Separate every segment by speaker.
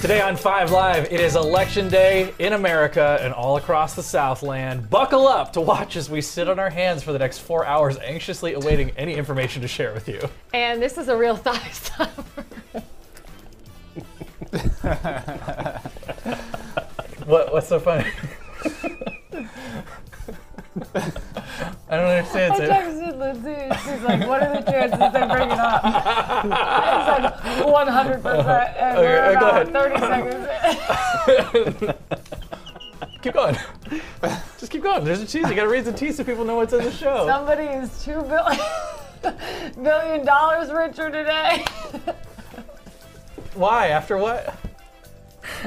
Speaker 1: Today on Five Live, it is election day in America and all across the Southland. Buckle up to watch as we sit on our hands for the next four hours, anxiously awaiting any information to share with you.
Speaker 2: And this is a real thigh stopper.
Speaker 1: What, what's so funny? I don't understand.
Speaker 2: I
Speaker 1: Tim.
Speaker 2: texted Lindsay. and She's like, "What are the chances they bring it up?" I said, "One hundred percent." And
Speaker 1: Okay,
Speaker 2: we're
Speaker 1: uh, go
Speaker 2: about
Speaker 1: ahead.
Speaker 2: thirty seconds. in.
Speaker 1: Keep going. Just keep going. There's a tease. You gotta read the tease so people know what's in the show.
Speaker 2: Somebody is two billion billion dollars richer today.
Speaker 1: Why? After what?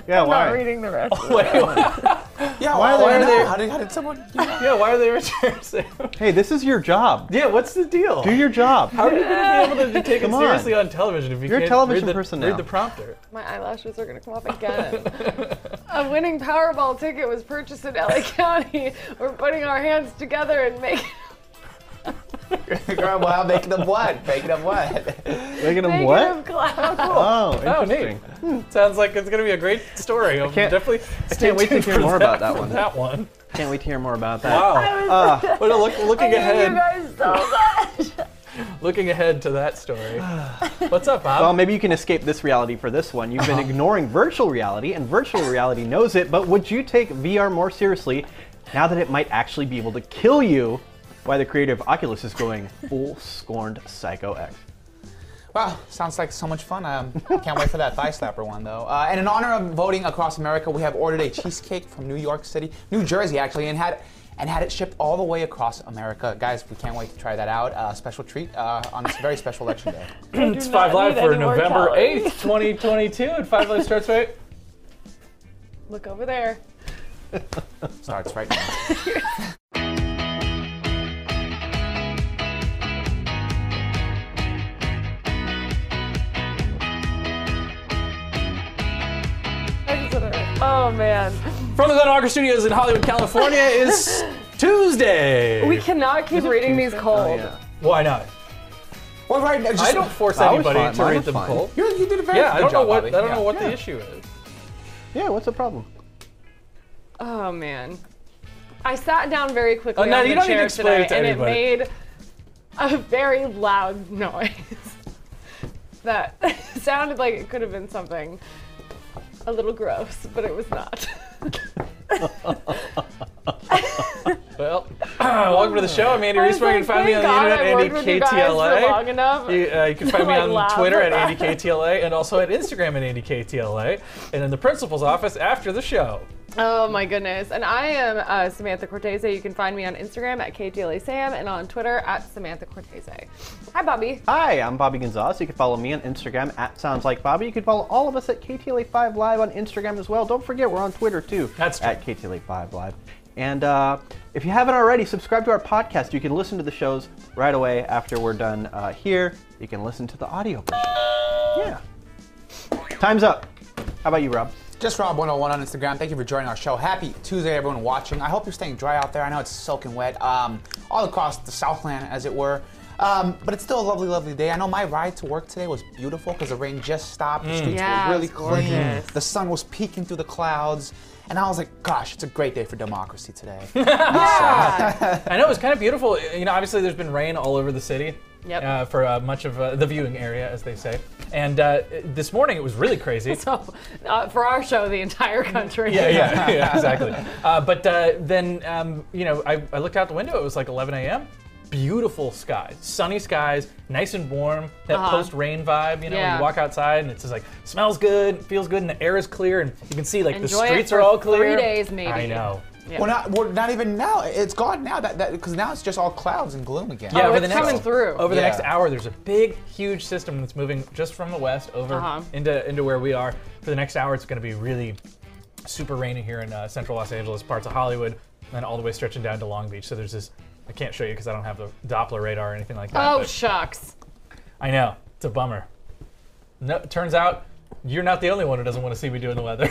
Speaker 3: Yeah,
Speaker 2: I'm
Speaker 3: why?
Speaker 2: not reading the rest.
Speaker 1: Wait, what?
Speaker 4: Yeah,
Speaker 3: Why
Speaker 4: why,
Speaker 3: are
Speaker 4: why
Speaker 3: they
Speaker 4: are
Speaker 3: not?
Speaker 4: they? How did, how did someone?
Speaker 1: Yeah, why are they returning?
Speaker 3: Hey, this is your job.
Speaker 1: yeah, what's the deal?
Speaker 3: Do your job.
Speaker 1: How are you gonna be able to take it
Speaker 3: Come on.
Speaker 1: seriously on television if you
Speaker 3: You're a
Speaker 1: can't
Speaker 3: television
Speaker 1: read the,
Speaker 3: person
Speaker 1: read
Speaker 3: now.
Speaker 1: the prompter?
Speaker 2: My eyelashes are gonna come off again. a winning Powerball ticket was purchased in LA County. We're putting our hands together and making
Speaker 4: Girl, well, making them what? Making them what?
Speaker 3: Making them
Speaker 2: making
Speaker 3: what?
Speaker 2: them cloud.
Speaker 3: Oh,
Speaker 1: Oh,
Speaker 3: interesting.
Speaker 1: neat. Sounds like it's gonna be a great story. I'm
Speaker 3: can't-
Speaker 1: definitely. stay
Speaker 3: wait to
Speaker 1: tuned
Speaker 3: hear
Speaker 1: for
Speaker 3: more about that
Speaker 1: for
Speaker 3: one.
Speaker 1: That one.
Speaker 3: Can't wait to hear more about that.
Speaker 1: Wow.
Speaker 3: Ah.
Speaker 1: But look,
Speaker 2: I
Speaker 1: looking
Speaker 2: hate you
Speaker 1: ahead,
Speaker 2: guys so much.
Speaker 1: looking ahead to that story. What's up, Bob?
Speaker 3: Well, maybe you can escape this reality for this one. You've been ignoring virtual reality, and virtual reality knows it, but would you take VR more seriously now that it might actually be able to kill you? Why the creator of Oculus is going full scorned Psycho X.
Speaker 4: Wow, sounds like so much fun. Um, can't wait for that thigh slapper one though. Uh, and in honor of voting across America, we have ordered a cheesecake from New York City, New Jersey actually, and had and had it shipped all the way across America. Guys, we can't wait to try that out. Uh, special treat uh, on this very special election day.
Speaker 1: it's Five
Speaker 2: not
Speaker 1: Live
Speaker 2: need
Speaker 1: for
Speaker 2: any more
Speaker 1: November
Speaker 2: calories.
Speaker 1: eighth, twenty twenty-two, and Five Live starts right.
Speaker 2: Look over there.
Speaker 4: Starts right now.
Speaker 2: Oh man,
Speaker 1: From the Glen Auger Studios in Hollywood, California, is Tuesday.
Speaker 2: we cannot keep reading these
Speaker 1: Oh,
Speaker 3: Oh,
Speaker 2: cold.
Speaker 1: Why not?
Speaker 4: Well, right now, just,
Speaker 1: I don't force
Speaker 3: That was
Speaker 1: anybody
Speaker 3: fine.
Speaker 1: to
Speaker 3: Mine
Speaker 1: read
Speaker 3: was
Speaker 1: them
Speaker 3: fine.
Speaker 1: cold.
Speaker 4: You're, you did a very
Speaker 1: Yeah, I
Speaker 4: good
Speaker 1: don't know
Speaker 4: job,
Speaker 1: what
Speaker 4: Bobby.
Speaker 1: I don't
Speaker 4: Yeah.
Speaker 1: know what the
Speaker 3: Yeah.
Speaker 1: issue is.
Speaker 3: Yeah, what's the problem?
Speaker 2: Oh man, I sat down very quickly
Speaker 1: Oh, no,
Speaker 2: on
Speaker 1: you
Speaker 2: the
Speaker 1: don't need
Speaker 2: chair
Speaker 1: to explain
Speaker 2: today,
Speaker 1: it to
Speaker 2: and
Speaker 1: anybody.
Speaker 2: it made a very loud noise that sounded like it could have been something a little gross, but it was not.
Speaker 1: Well, welcome to the show. I'm Andy
Speaker 2: Oh, I
Speaker 1: Reese.
Speaker 2: was
Speaker 1: You can
Speaker 2: like,
Speaker 1: find me on
Speaker 2: thank
Speaker 1: the
Speaker 2: God I
Speaker 1: internet,
Speaker 2: worked with you guys for long enough.
Speaker 1: AndyKTLA. You, uh, you can find me
Speaker 2: Like,
Speaker 1: on
Speaker 2: laugh
Speaker 1: Twitter at
Speaker 2: about
Speaker 1: AndyKTLA and also at Instagram at AndyKTLA and in the principal's office after the show.
Speaker 2: Oh my goodness. And I am uh, Samantha Cortese. You can find me on Instagram at KTLA Sam and on Twitter at Samantha Cortese. Hi, Bobby.
Speaker 3: Hi, I'm Bobby Gonzalez. You can follow me on Instagram at Sounds Like Bobby. You can follow all of us at KTLA5 Live on Instagram as well. Don't forget, we're on Twitter too.
Speaker 1: That's true.
Speaker 3: at KTLA5 Live. And uh, if you haven't already, subscribe to our podcast. You can listen to the shows right away after we're done uh, here. You can listen to the audio version. Yeah. Time's up. How about you, Rob?
Speaker 4: Just Rob101 on Instagram. Thank you for joining our show. Happy Tuesday, everyone watching. I hope you're staying dry out there. I know it's soaking wet um, all across the Southland, as it were. Um, but it's still a lovely, lovely day. I know my ride to work today was beautiful because the rain just stopped.
Speaker 1: Mm.
Speaker 4: The streets
Speaker 2: Yeah,
Speaker 4: were
Speaker 2: it
Speaker 4: really
Speaker 2: was
Speaker 4: clean.
Speaker 2: gorgeous.
Speaker 4: The sun was peeking through the clouds. And I was like, gosh, it's a great day for democracy today.
Speaker 1: Ah, I know it was kind of beautiful. Uh, You know, obviously there's been rain all over the city.
Speaker 2: Yep.
Speaker 1: Uh, for uh, much of uh, the viewing area, as they say. And uh, this morning it was really crazy.
Speaker 2: So, uh, for our show, the entire country.
Speaker 1: Yeah, yeah, yeah, exactly. Uh, but uh, then, um, you know, I, I looked out the window. It was like 11 a.m. Beautiful skies, sunny skies, nice and warm. That
Speaker 2: Uh-huh.
Speaker 1: post-rain vibe, you know, when
Speaker 2: Yeah.
Speaker 1: you walk outside and it's just like smells good, feels good, and the air is clear, and you can see like
Speaker 2: Enjoy
Speaker 1: the
Speaker 2: it
Speaker 1: streets
Speaker 2: for
Speaker 1: are all
Speaker 2: three
Speaker 1: clear.
Speaker 2: days, maybe.
Speaker 1: I know.
Speaker 2: Yeah.
Speaker 4: well, not, well, not even now. It's gone now That because now it's just all clouds and gloom again.
Speaker 1: Yeah,
Speaker 2: Oh,
Speaker 1: over
Speaker 2: it's
Speaker 1: the next
Speaker 2: coming through.
Speaker 1: over the
Speaker 4: Yeah.
Speaker 1: next hour, there's a big, huge system that's moving just from the west over
Speaker 2: Uh-huh.
Speaker 1: into into where we are. For the next hour, it's going to be really super rainy here in uh, central Los Angeles, parts of Hollywood, and then all the way stretching down to Long Beach. So there's this. I can't show you because I don't have the Doppler radar or anything like that.
Speaker 2: Oh,
Speaker 1: but
Speaker 2: shucks.
Speaker 1: I know it's a bummer. No, turns out you're not the only one who doesn't want to see me doing the weather.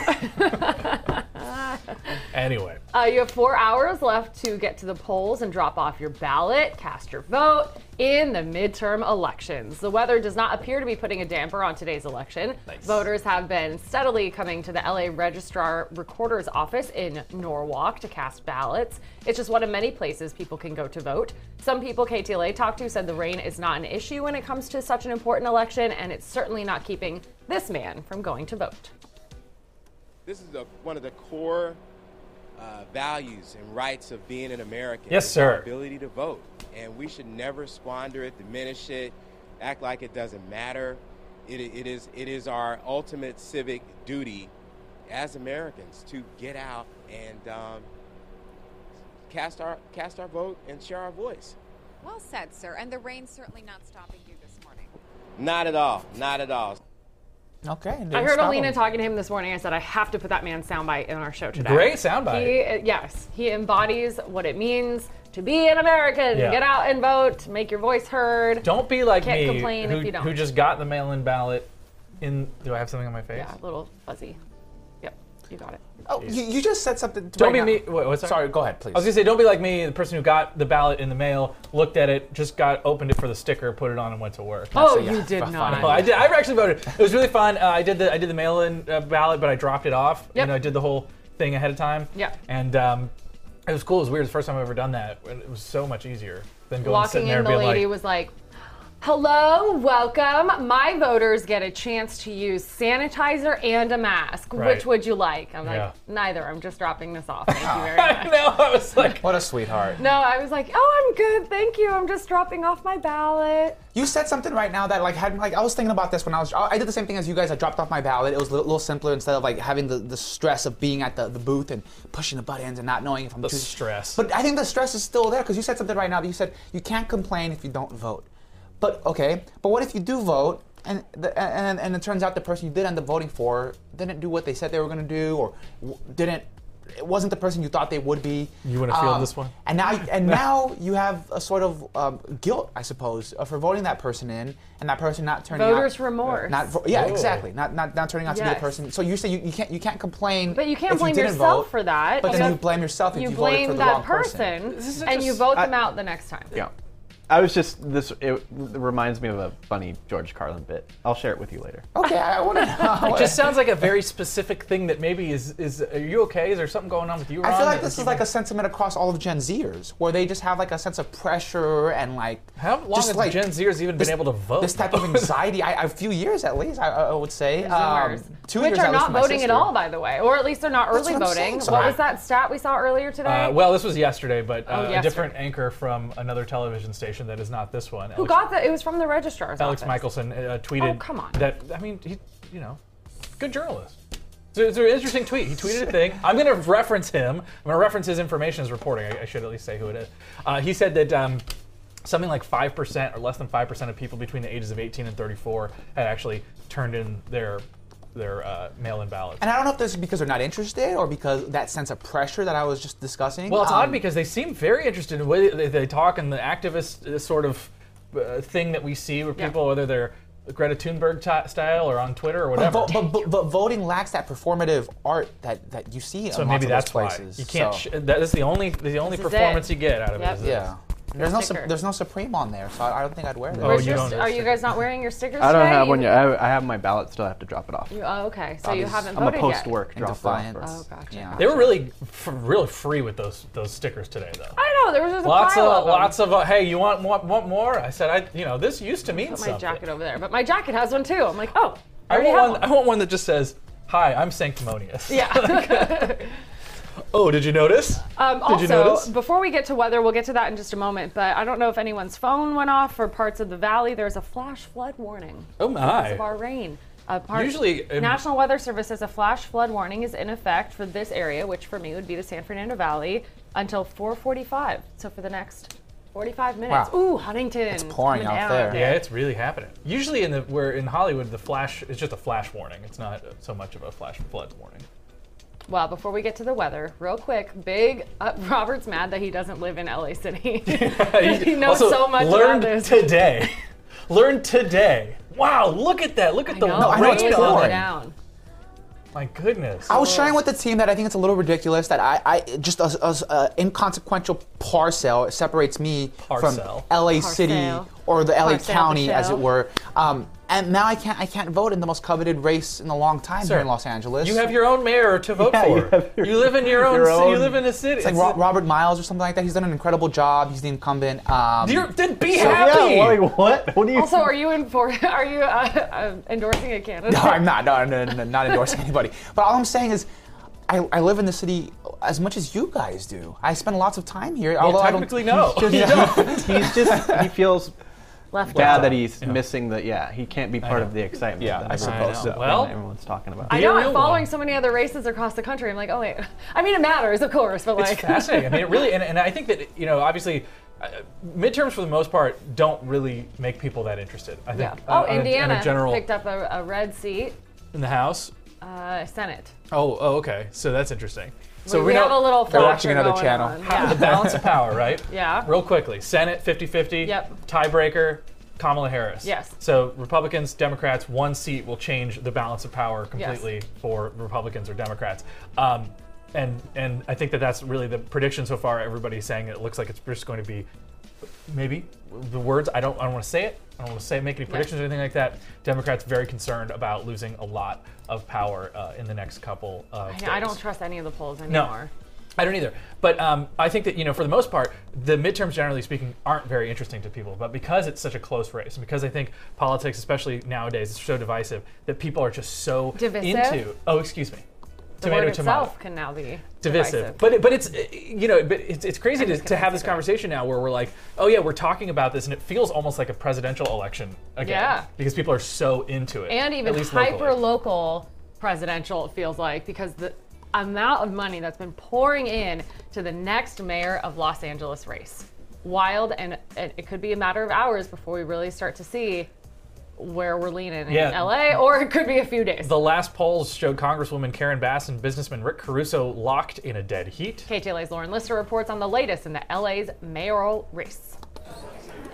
Speaker 1: Anyway,
Speaker 2: Uh, you have four hours left to get to the polls and drop off your ballot, cast your vote in the midterm elections. The weather does not appear to be putting a damper on today's election.
Speaker 1: Nice.
Speaker 2: Voters have been steadily coming to the LA Registrar Recorder's office in Norwalk to cast ballots. It's just one of many places people can go to vote. Some people KTLA talked to said the rain is not an issue when it comes to such an important election, and it's certainly not keeping this man from going to vote.
Speaker 5: This is the, one of the core uh, values and rights of being an American.
Speaker 1: Yes,
Speaker 5: is our
Speaker 1: sir.
Speaker 5: Ability to vote, and we should never squander it, diminish it, act like it doesn't matter. It, it is it is our ultimate civic duty as Americans to get out and um, cast our cast our vote and share our voice.
Speaker 6: Well said, sir. And the rain's certainly not stopping you this morning.
Speaker 5: Not at all. Not at all.
Speaker 4: Okay. didn't
Speaker 2: I heard
Speaker 4: stop
Speaker 2: Alina
Speaker 4: him.
Speaker 2: talking to him this morning. I said, I have to put that man's soundbite in our show today.
Speaker 1: Great soundbite.
Speaker 2: He, yes, he embodies what it means to be an American.
Speaker 1: Yeah.
Speaker 2: Get out and vote, make your voice heard.
Speaker 1: don't be like
Speaker 2: Uh, Can't
Speaker 1: me,
Speaker 2: complain
Speaker 1: who,
Speaker 2: if you don't.
Speaker 1: who just got the mail-in ballot. In do I have something on my face?
Speaker 2: Yeah, a little fuzzy. Yep, you got it.
Speaker 4: Oh, you, you just said something.
Speaker 1: Don't
Speaker 4: right
Speaker 1: be
Speaker 4: now.
Speaker 1: me. Wait, what's that?
Speaker 4: Sorry. Go ahead, please.
Speaker 1: I was gonna say, don't be like me, the person who got the ballot in the mail, looked at it, just got opened it for the sticker, put it on, and went to work.
Speaker 2: Oh,
Speaker 4: so, yeah,
Speaker 2: you did
Speaker 4: fine.
Speaker 2: not.
Speaker 1: Oh, I did. I actually voted. It was really fun. Uh, I did the I did the mail-in uh, ballot, but I dropped it off. You
Speaker 2: Yep.
Speaker 1: know, I did the whole thing ahead of time.
Speaker 2: Yeah.
Speaker 1: And um, it was cool. It was weird. It was the first time I've ever done that. and It was so much easier than going and
Speaker 2: Walking
Speaker 1: sitting there
Speaker 2: in,
Speaker 1: and
Speaker 2: the
Speaker 1: being
Speaker 2: lady
Speaker 1: like,
Speaker 2: was like, Hello, welcome. My voters get a chance to use sanitizer and a mask.
Speaker 1: Right.
Speaker 2: Which would you like? I'm like,
Speaker 1: Yeah.
Speaker 2: neither. I'm just dropping this off. Thank you very much.
Speaker 1: I know. I was like,
Speaker 4: What a sweetheart.
Speaker 2: No, I was like, oh, I'm good, thank you. I'm just dropping off my ballot.
Speaker 4: You said something right now that like had like I was thinking about this when I was I I did the same thing as you guys. I dropped off my ballot. It was a little, little simpler instead of like having the, the stress of being at the, the booth and pushing the buttons and not knowing if I'm the
Speaker 1: stress.
Speaker 4: But I think the stress is still there because you said something right now. That you said you can't complain if you don't vote. But okay, but what if you do vote and the, and and it turns out the person you did end up voting for didn't do what they said they were going to do or w- didn't it wasn't the person you thought they would be.
Speaker 1: You wanna field this one?
Speaker 4: Um, And now, and now you have a sort of um, guilt, I suppose, uh, for voting that person in, and that person not turning
Speaker 2: Voters'
Speaker 4: out.
Speaker 2: remorse.
Speaker 4: Not vo- yeah,
Speaker 1: Oh.
Speaker 4: exactly. Not, not not turning out to be
Speaker 2: Yes.
Speaker 4: the person. So you say you, you can't you can't complain.
Speaker 2: But you can't
Speaker 4: if
Speaker 2: blame
Speaker 4: didn't
Speaker 2: yourself
Speaker 4: vote,
Speaker 2: for that.
Speaker 4: But
Speaker 2: You
Speaker 4: then you
Speaker 2: don't-
Speaker 4: blame yourself if
Speaker 2: You
Speaker 4: you, voted for
Speaker 2: blame
Speaker 4: the
Speaker 2: that
Speaker 4: wrong person.
Speaker 2: person,
Speaker 1: This is
Speaker 2: and you
Speaker 1: just-
Speaker 2: vote
Speaker 3: I-
Speaker 2: them out the next time.
Speaker 3: Yeah. I was just this. It reminds me of a funny George Carlin bit. I'll share it with you later.
Speaker 4: Okay, I want to know.
Speaker 1: it just sounds like a very specific thing that maybe is is. Are you okay? Is there something going on with you?
Speaker 4: I
Speaker 1: Ron,
Speaker 4: feel like
Speaker 1: that
Speaker 4: this
Speaker 1: you-
Speaker 4: is like a sentiment across all of Gen Zers, where they just have like a sense of pressure and like.
Speaker 1: How long
Speaker 4: just
Speaker 1: has
Speaker 4: like
Speaker 1: Gen Zers even
Speaker 4: this-
Speaker 1: been able to vote?
Speaker 4: This type of anxiety, I, a few years at least, I, I would say. Um,
Speaker 2: Zoomers.
Speaker 4: two
Speaker 2: Which
Speaker 4: years
Speaker 2: are
Speaker 4: at least
Speaker 2: not
Speaker 4: for my
Speaker 2: voting at
Speaker 4: sister.
Speaker 2: all, by the way, or at least they're not early
Speaker 4: what I'm
Speaker 2: voting.
Speaker 4: saying, so
Speaker 2: what
Speaker 4: I-
Speaker 2: was that stat we saw earlier today?
Speaker 1: Uh, well, this was yesterday, but uh, a
Speaker 2: Oh, yesterday.
Speaker 1: different anchor from another television station that is not this one.
Speaker 2: Who got that? It was from the registrar's
Speaker 1: Alex
Speaker 2: office.
Speaker 1: Michelson uh, tweeted
Speaker 2: Oh, come on.
Speaker 1: that I mean he you know good journalist. So it's an interesting tweet. He tweeted a thing. I'm going to reference him. I'm going to reference his information as reporting. I, I should at least say who it is. Uh, he said that um, something like 5% or less than 5% of people between the ages of 18 and 34 had actually turned in their their uh, mail-in ballots.
Speaker 4: And I don't know if this is because they're not interested or because that sense of pressure that I was just discussing.
Speaker 1: Well, it's
Speaker 4: Um,
Speaker 1: odd because they seem very interested in the way they, they talk and the activist uh, sort of uh, thing that we see where people, whether they're Greta Thunberg ti style or on Twitter or whatever.
Speaker 4: But, vo- but, but, but voting lacks that performative art that, that you see
Speaker 1: so
Speaker 4: in
Speaker 1: maybe that's
Speaker 4: lots of
Speaker 1: why
Speaker 4: those places.
Speaker 1: you can't.
Speaker 4: so-
Speaker 1: Sh- that is the only the only
Speaker 2: This is
Speaker 1: performance
Speaker 2: it.
Speaker 1: you get out of
Speaker 2: Yep.
Speaker 1: it. Is this.
Speaker 4: yeah. There's no,
Speaker 2: sticker.
Speaker 4: sup- there's no Supreme on there, so I, I don't think I'd wear that.
Speaker 1: Oh,
Speaker 2: Where's
Speaker 1: you
Speaker 2: your
Speaker 1: don't
Speaker 2: st-
Speaker 1: have
Speaker 2: are you
Speaker 1: stickers.
Speaker 2: guys not wearing your stickers?
Speaker 3: I don't
Speaker 2: today?
Speaker 3: have one
Speaker 2: You-
Speaker 3: yet. I, I have my ballot, still I have to drop it off.
Speaker 2: Oh, okay. So you
Speaker 4: Obvious.
Speaker 2: haven't
Speaker 3: I'm a
Speaker 2: voted
Speaker 3: post
Speaker 2: yet.
Speaker 3: work
Speaker 4: In
Speaker 3: drop
Speaker 4: defiance.
Speaker 2: Oh, gotcha.
Speaker 4: Yeah.
Speaker 1: They were really, f- really free with those those stickers today, though.
Speaker 2: I know there was just a
Speaker 1: Lots of,
Speaker 2: pile them.
Speaker 1: lots of. Uh, hey, you want, want want more? I said, I you know this used to mean
Speaker 2: Put my
Speaker 1: something.
Speaker 2: jacket over there, but my jacket has one too. I'm like, oh,
Speaker 1: I
Speaker 2: I already
Speaker 1: want one.
Speaker 2: have one.
Speaker 1: I want one that just says, "Hi, I'm sanctimonious."
Speaker 2: Yeah.
Speaker 1: Oh, did you notice?
Speaker 2: Um,
Speaker 1: Did you
Speaker 2: also,
Speaker 1: notice?
Speaker 2: before we get to weather, we'll get to that in just a moment. But I don't know if anyone's phone went off for parts of the valley. There's a flash flood warning
Speaker 1: oh my.
Speaker 2: because of our rain. Uh, part-
Speaker 1: Usually, um,
Speaker 2: National Weather Service says a flash flood warning is in effect for this area, which for me would be the San Fernando Valley, until 4:45. So for the next 45 minutes.
Speaker 4: Wow.
Speaker 2: Ooh, Huntington. It's
Speaker 4: pouring out there.
Speaker 1: Yeah, it's really happening. Usually, in the where in Hollywood, the flash is just a flash warning. It's not so much of a flash flood warning.
Speaker 2: Well, before we get to the weather, real quick, big uh, Robert's mad that he doesn't live in LA City. he knows
Speaker 1: Also,
Speaker 2: so much
Speaker 1: Learned
Speaker 2: about this.
Speaker 1: today. learned today. Wow, look at that. Look at the
Speaker 2: I know,
Speaker 4: I know it's
Speaker 2: rain
Speaker 1: rain
Speaker 2: is
Speaker 1: on
Speaker 2: going
Speaker 4: pouring.
Speaker 1: it.
Speaker 2: down.
Speaker 1: My goodness.
Speaker 4: I was sharing with the team that I think it's a little ridiculous that I, I just a, a, a inconsequential parcel separates me
Speaker 1: Parcel.
Speaker 4: from LA City
Speaker 2: Parcel.
Speaker 4: or the LA
Speaker 2: Parcel
Speaker 4: County, as it
Speaker 2: Michelle.
Speaker 4: were. Um, and now I can't I can't vote in the most coveted race in a long time
Speaker 1: Sir,
Speaker 4: here in Los Angeles.
Speaker 1: You have your own mayor to vote
Speaker 3: Yeah, you
Speaker 1: for.
Speaker 3: have
Speaker 1: You,
Speaker 3: your-
Speaker 1: live in your own.
Speaker 3: your
Speaker 1: ci- you
Speaker 3: own-
Speaker 1: live in a city.
Speaker 4: It's like Ro- Robert Miles or something like that. He's done an incredible job. He's the incumbent. Um,
Speaker 1: You're, then be
Speaker 3: So,
Speaker 1: happy.
Speaker 3: Yeah, like, what? What do you?
Speaker 2: Also, are you in for? Are you uh, uh, endorsing a candidate?
Speaker 4: No, I'm not. No, no, no, no, not endorsing anybody. But all I'm saying is, I, I live in the city as much as you guys do. I spend lots of time here. although I don't-
Speaker 1: Technically, no.
Speaker 3: He's just, he's just he feels
Speaker 2: Left.
Speaker 3: bad that he's missing the yeah. He can't be part of the excitement.
Speaker 4: Yeah,
Speaker 3: that
Speaker 4: I
Speaker 3: everyone-
Speaker 1: suppose so.
Speaker 3: that
Speaker 1: Well-
Speaker 3: everyone's talking about.
Speaker 2: I
Speaker 1: Be a
Speaker 2: know.
Speaker 1: real
Speaker 2: I'm following
Speaker 1: one.
Speaker 2: so many other races across the country. I'm like, oh wait. I mean, it matters, of course, but
Speaker 1: It's
Speaker 2: like.
Speaker 1: fascinating. I mean, it really, and, and I think that you know, obviously, uh, midterms for the most part don't really make people that interested. I think.
Speaker 2: Yeah.
Speaker 1: uh, on
Speaker 2: Oh,
Speaker 1: a- on a
Speaker 2: Indiana
Speaker 1: general
Speaker 2: picked up a, a red seat,
Speaker 1: in the House.
Speaker 2: uh, Senate.
Speaker 1: Oh, oh, okay. So that's interesting. So
Speaker 2: we, we have a little.
Speaker 4: They're
Speaker 2: fracture
Speaker 4: watching another
Speaker 2: going
Speaker 4: channel.
Speaker 2: on.
Speaker 1: how-
Speaker 2: Yeah.
Speaker 1: the balance of power, right?
Speaker 2: Yeah.
Speaker 1: Real quickly, Senate 50-50.
Speaker 2: Yep.
Speaker 1: Tiebreaker. Kamala Harris.
Speaker 2: Yes.
Speaker 1: So Republicans, Democrats, one seat will change the balance of power completely for Republicans or Democrats. Um, and and I think that that's really the prediction so far. Everybody's saying it looks like it's just going to be maybe the words I don't I don't want to say it. I don't want to say make any predictions or anything like that. Democrats very concerned about losing a lot of power uh, in the next couple of
Speaker 2: I know, I
Speaker 1: days.
Speaker 2: don't trust any of the polls anymore.
Speaker 1: I don't either. But um, I think that you know, for the most part, the midterms, generally speaking, aren't very interesting to people. But because it's such a close race, and because I think politics, especially nowadays, is so divisive that people are just so
Speaker 2: Divisive?
Speaker 1: into. Oh, excuse me.
Speaker 2: The
Speaker 1: tomato,
Speaker 2: word
Speaker 1: tomato
Speaker 2: itself can now be
Speaker 1: divisive. But it- but it's uh, you know but it's, it's crazy to, to have this conversation now where we're like oh yeah we're talking about this and it feels almost like a presidential election again
Speaker 2: Yeah.
Speaker 1: because people are so into it
Speaker 2: and even
Speaker 1: at least
Speaker 2: hyper
Speaker 1: locally.
Speaker 2: local presidential it feels like because the amount of money that's been pouring in to the next mayor of Los Angeles race wild and, and it could be a matter of hours before we really start to see where we're leaning
Speaker 1: Yeah.
Speaker 2: in LA or it could be a few days.
Speaker 1: the last polls showed Congresswoman Karen Bass and businessman Rick Caruso locked in a dead heat.
Speaker 2: KTLA's Lauren Lister reports on the latest in the LA's mayoral race.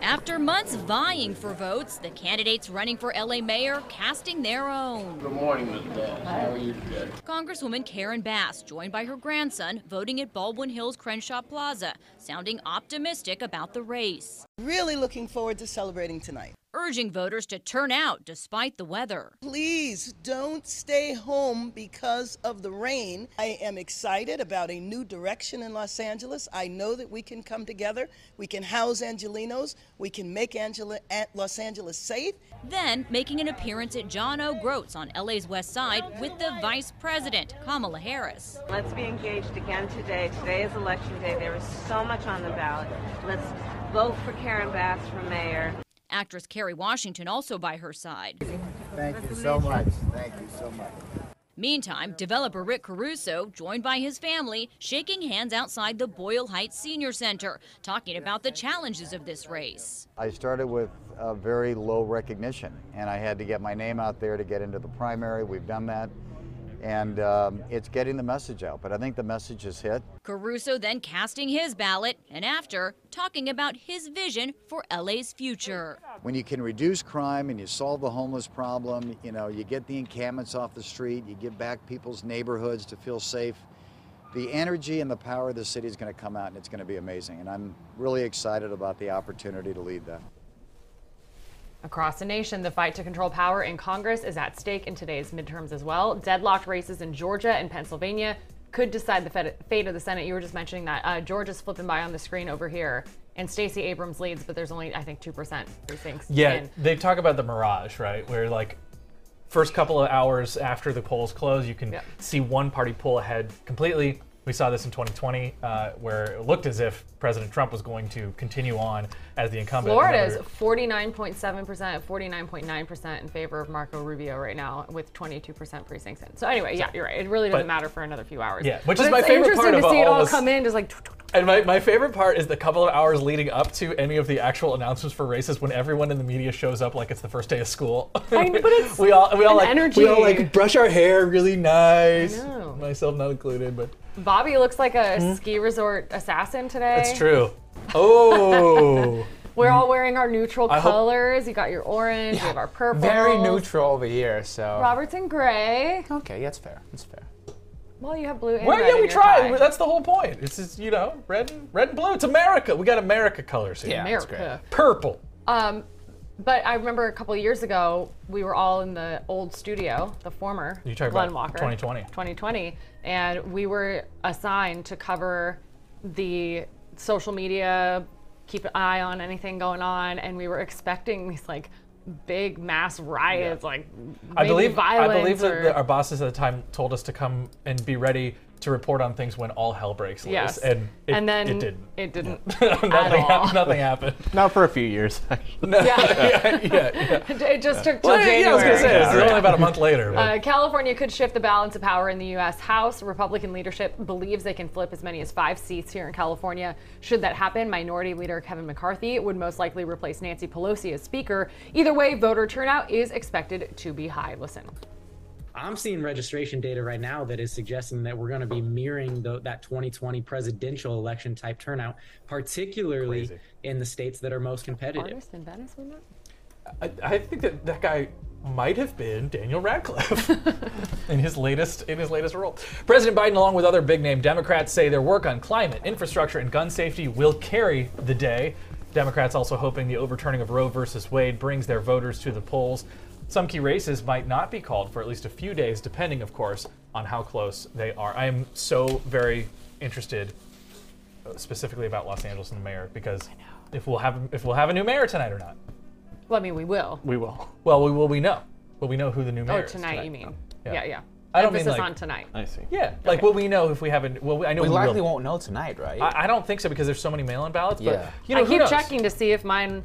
Speaker 7: After months vying for votes, the candidates running for LA mayor casting their own.
Speaker 8: Good morning, Ms. Bass. How are you today?
Speaker 7: Congresswoman Karen Bass, joined by her grandson, voting at Baldwin Hills Crenshaw Plaza, sounding optimistic about the race,
Speaker 9: Really looking forward to celebrating tonight.
Speaker 7: urging voters to turn out despite the weather.
Speaker 9: Please don't stay home because of the rain. I am excited about a new direction in Los Angeles. I know that we can come together. We can house Angelinos. We can make Angela, An- Los Angeles safe.
Speaker 7: Then making an appearance at John O. Groats on LA's West Side with the vice president, Kamala Harris.
Speaker 10: Let's be engaged again today. Today is election day. There is so much on the ballot. Let's vote for Karen Bass for mayor.
Speaker 7: Actress Kerry Washington also by her side.
Speaker 8: Thank you so much. Thank you so much.
Speaker 7: Meantime, developer Rick Caruso, joined by his family, shaking hands outside the Boyle Heights Senior Center, talking about the challenges of this race.
Speaker 8: I started with uh, very low recognition, and I had to get my name out there to get into the primary. We've done that, and um, it's getting the message out. But I think the message is hit.
Speaker 7: Caruso then casting his ballot, and after, talking about his vision for LA's future.
Speaker 8: When you can reduce crime and you solve the homeless problem, you know, you get the encampments off the street, you give back people's neighborhoods to feel safe. The energy and the power of the city is going to come out, and it's going to be amazing. And I'm really excited about the opportunity to lead that.
Speaker 2: Across the nation, the fight to control power in Congress is at stake in today's midterms as well. Deadlocked races in Georgia and Pennsylvania could decide the fed- fate of the Senate. You were just mentioning that uh, Georgia's flipping by on the screen over here, and Stacey Abrams leads, but there's only I think two percent precincts.
Speaker 1: Yeah,
Speaker 2: in.
Speaker 1: they talk about the mirage, right? Where like first couple of hours after the polls close, you can
Speaker 2: Yep.
Speaker 1: see one party pull ahead completely. We saw this in 2020, uh, where it looked as if President Trump was going to continue on as the incumbent.
Speaker 2: Florida is
Speaker 1: Another-
Speaker 2: 49.7%, 49.9% in favor of Marco Rubio right now, with 22% precincts in. So, anyway, yeah, you're right. It really doesn't
Speaker 1: But-
Speaker 2: matter for another few hours.
Speaker 1: Yeah, which
Speaker 2: But
Speaker 1: is my
Speaker 2: it's
Speaker 1: favorite
Speaker 2: interesting
Speaker 1: part
Speaker 2: to
Speaker 1: about
Speaker 2: see it
Speaker 1: all
Speaker 2: all
Speaker 1: this-
Speaker 2: come in, just like.
Speaker 1: And my, my favorite part is the couple of hours leading up to any of the actual announcements for races when everyone in the media shows up like it's the first day of school.
Speaker 2: I know, but it's
Speaker 1: we all we all
Speaker 2: an
Speaker 1: like
Speaker 2: energy.
Speaker 1: we all like brush our hair really nice.
Speaker 2: I know.
Speaker 1: Myself not included, but
Speaker 4: Hmm?
Speaker 2: Bobby looks like a ski resort assassin today.
Speaker 1: it's true. Oh,
Speaker 2: We're all wearing our neutral
Speaker 4: Hmm. I hope-
Speaker 2: colors. You got your orange, you have our purple.
Speaker 4: Very neutral over here, so.
Speaker 2: Robert's in gray.
Speaker 4: Okay, that's fair. That's fair.
Speaker 2: Well, you have blue and
Speaker 1: Well,
Speaker 2: red
Speaker 1: yeah,
Speaker 2: in
Speaker 1: we
Speaker 2: your
Speaker 1: tried.
Speaker 2: tie.
Speaker 1: That's the whole point. It's just, you know, red and red and blue. It's America. We got America colors here.
Speaker 4: Yeah, that's great.
Speaker 2: America.
Speaker 1: Purple.
Speaker 2: Um, but I remember a couple of years ago, we were all in the old studio, the former
Speaker 1: You talk
Speaker 2: Glenn
Speaker 1: about
Speaker 2: Walker,
Speaker 1: 2020.
Speaker 2: 2020, and we were assigned to cover the social media, keep an eye on anything going on, and we were expecting these like big mass riots, like
Speaker 1: I
Speaker 2: maybe
Speaker 1: believe
Speaker 2: violence
Speaker 1: I believe that
Speaker 2: or-
Speaker 1: the- our bosses at the time told us to come and be ready to report on things when all hell breaks loose.
Speaker 2: yes,
Speaker 1: And it,
Speaker 2: then
Speaker 1: it didn't.
Speaker 2: It didn't.
Speaker 1: nothing,
Speaker 2: all.
Speaker 1: hap- nothing happened.
Speaker 3: Not for a few years, actually.
Speaker 1: yeah, yeah, yeah.
Speaker 2: it just took till
Speaker 1: Well,
Speaker 2: January.
Speaker 1: yeah, I was gonna say it's only about a month later. but-
Speaker 2: Uh, California could shift the balance of power in the U.S. House. Republican leadership believes they can flip as many as five seats here in California. Should that happen, Minority Leader Kevin McCarthy would most likely replace Nancy Pelosi as Speaker. Either way, voter turnout is expected to be high. Listen.
Speaker 11: I'm seeing registration data right now that is suggesting that we're going to be mirroring tho- that 2020 presidential election type turnout, particularly in the states that are most competitive.
Speaker 2: Artist in Venice, wasn't it?
Speaker 1: I, I think that that guy might have been Daniel Radcliffe in his latest in his latest role. President Biden, along with other big name Democrats, say their work on climate, infrastructure, and gun safety will carry the day. Democrats also hoping the overturning of Roe versus Wade brings their voters to the polls. Some key races might not be called for at least a few days, depending, of course, on how close they are. I am so very interested uh, specifically about Los Angeles and the mayor because if we'll have if we'll have a new mayor tonight or not.
Speaker 2: Well, I mean, we will.
Speaker 3: We will.
Speaker 1: Well, we will we know. Will we know who the new mayor
Speaker 2: Oh,
Speaker 1: is
Speaker 2: tonight, you mean?
Speaker 1: Yeah.
Speaker 2: Yeah, yeah.
Speaker 1: I don't mean,
Speaker 2: Emphasis
Speaker 1: like-
Speaker 2: on tonight.
Speaker 3: I see.
Speaker 1: Yeah, like will we know if we haven't? Well, we- I know
Speaker 4: We
Speaker 1: we,
Speaker 4: likely
Speaker 1: will.
Speaker 4: won't know tonight, right?
Speaker 1: I, I don't think so because there's so many mail-in ballots.
Speaker 4: Yeah.
Speaker 1: But you know,
Speaker 2: I
Speaker 1: who
Speaker 2: keep
Speaker 1: knows?
Speaker 2: checking to see if mine,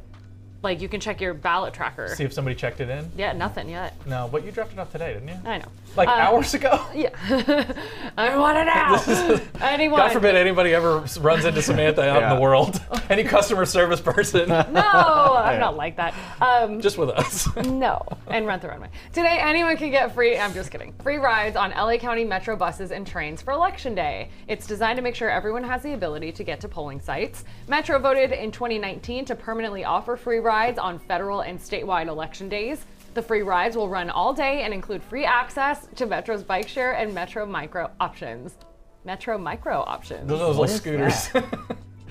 Speaker 2: like, you can check your ballot tracker.
Speaker 1: See if somebody checked it in.
Speaker 2: yeah, nothing yet.
Speaker 1: No, but you dropped it off today, didn't you?
Speaker 2: I know.
Speaker 1: Like
Speaker 2: Uh,
Speaker 1: hours ago.
Speaker 2: Yeah. I want it out. Anyone.
Speaker 1: God forbid anybody ever s- runs into Samantha out in
Speaker 3: Yeah.
Speaker 1: the world. Any customer service person,
Speaker 2: No, Oh, I'm not like that. Um,
Speaker 1: just with us.
Speaker 2: no, and rent the runway. Today, anyone can get free, I'm just kidding, free rides on LA County Metro buses and trains for Election Day. It's designed to make sure everyone has the ability to get to polling sites. Metro voted in 2019 to permanently offer free rides on federal and statewide election days. The free rides will run all day and include free access to Metro's bike share and Metro Micro options. Metro Micro options.
Speaker 1: Those are those little scooters.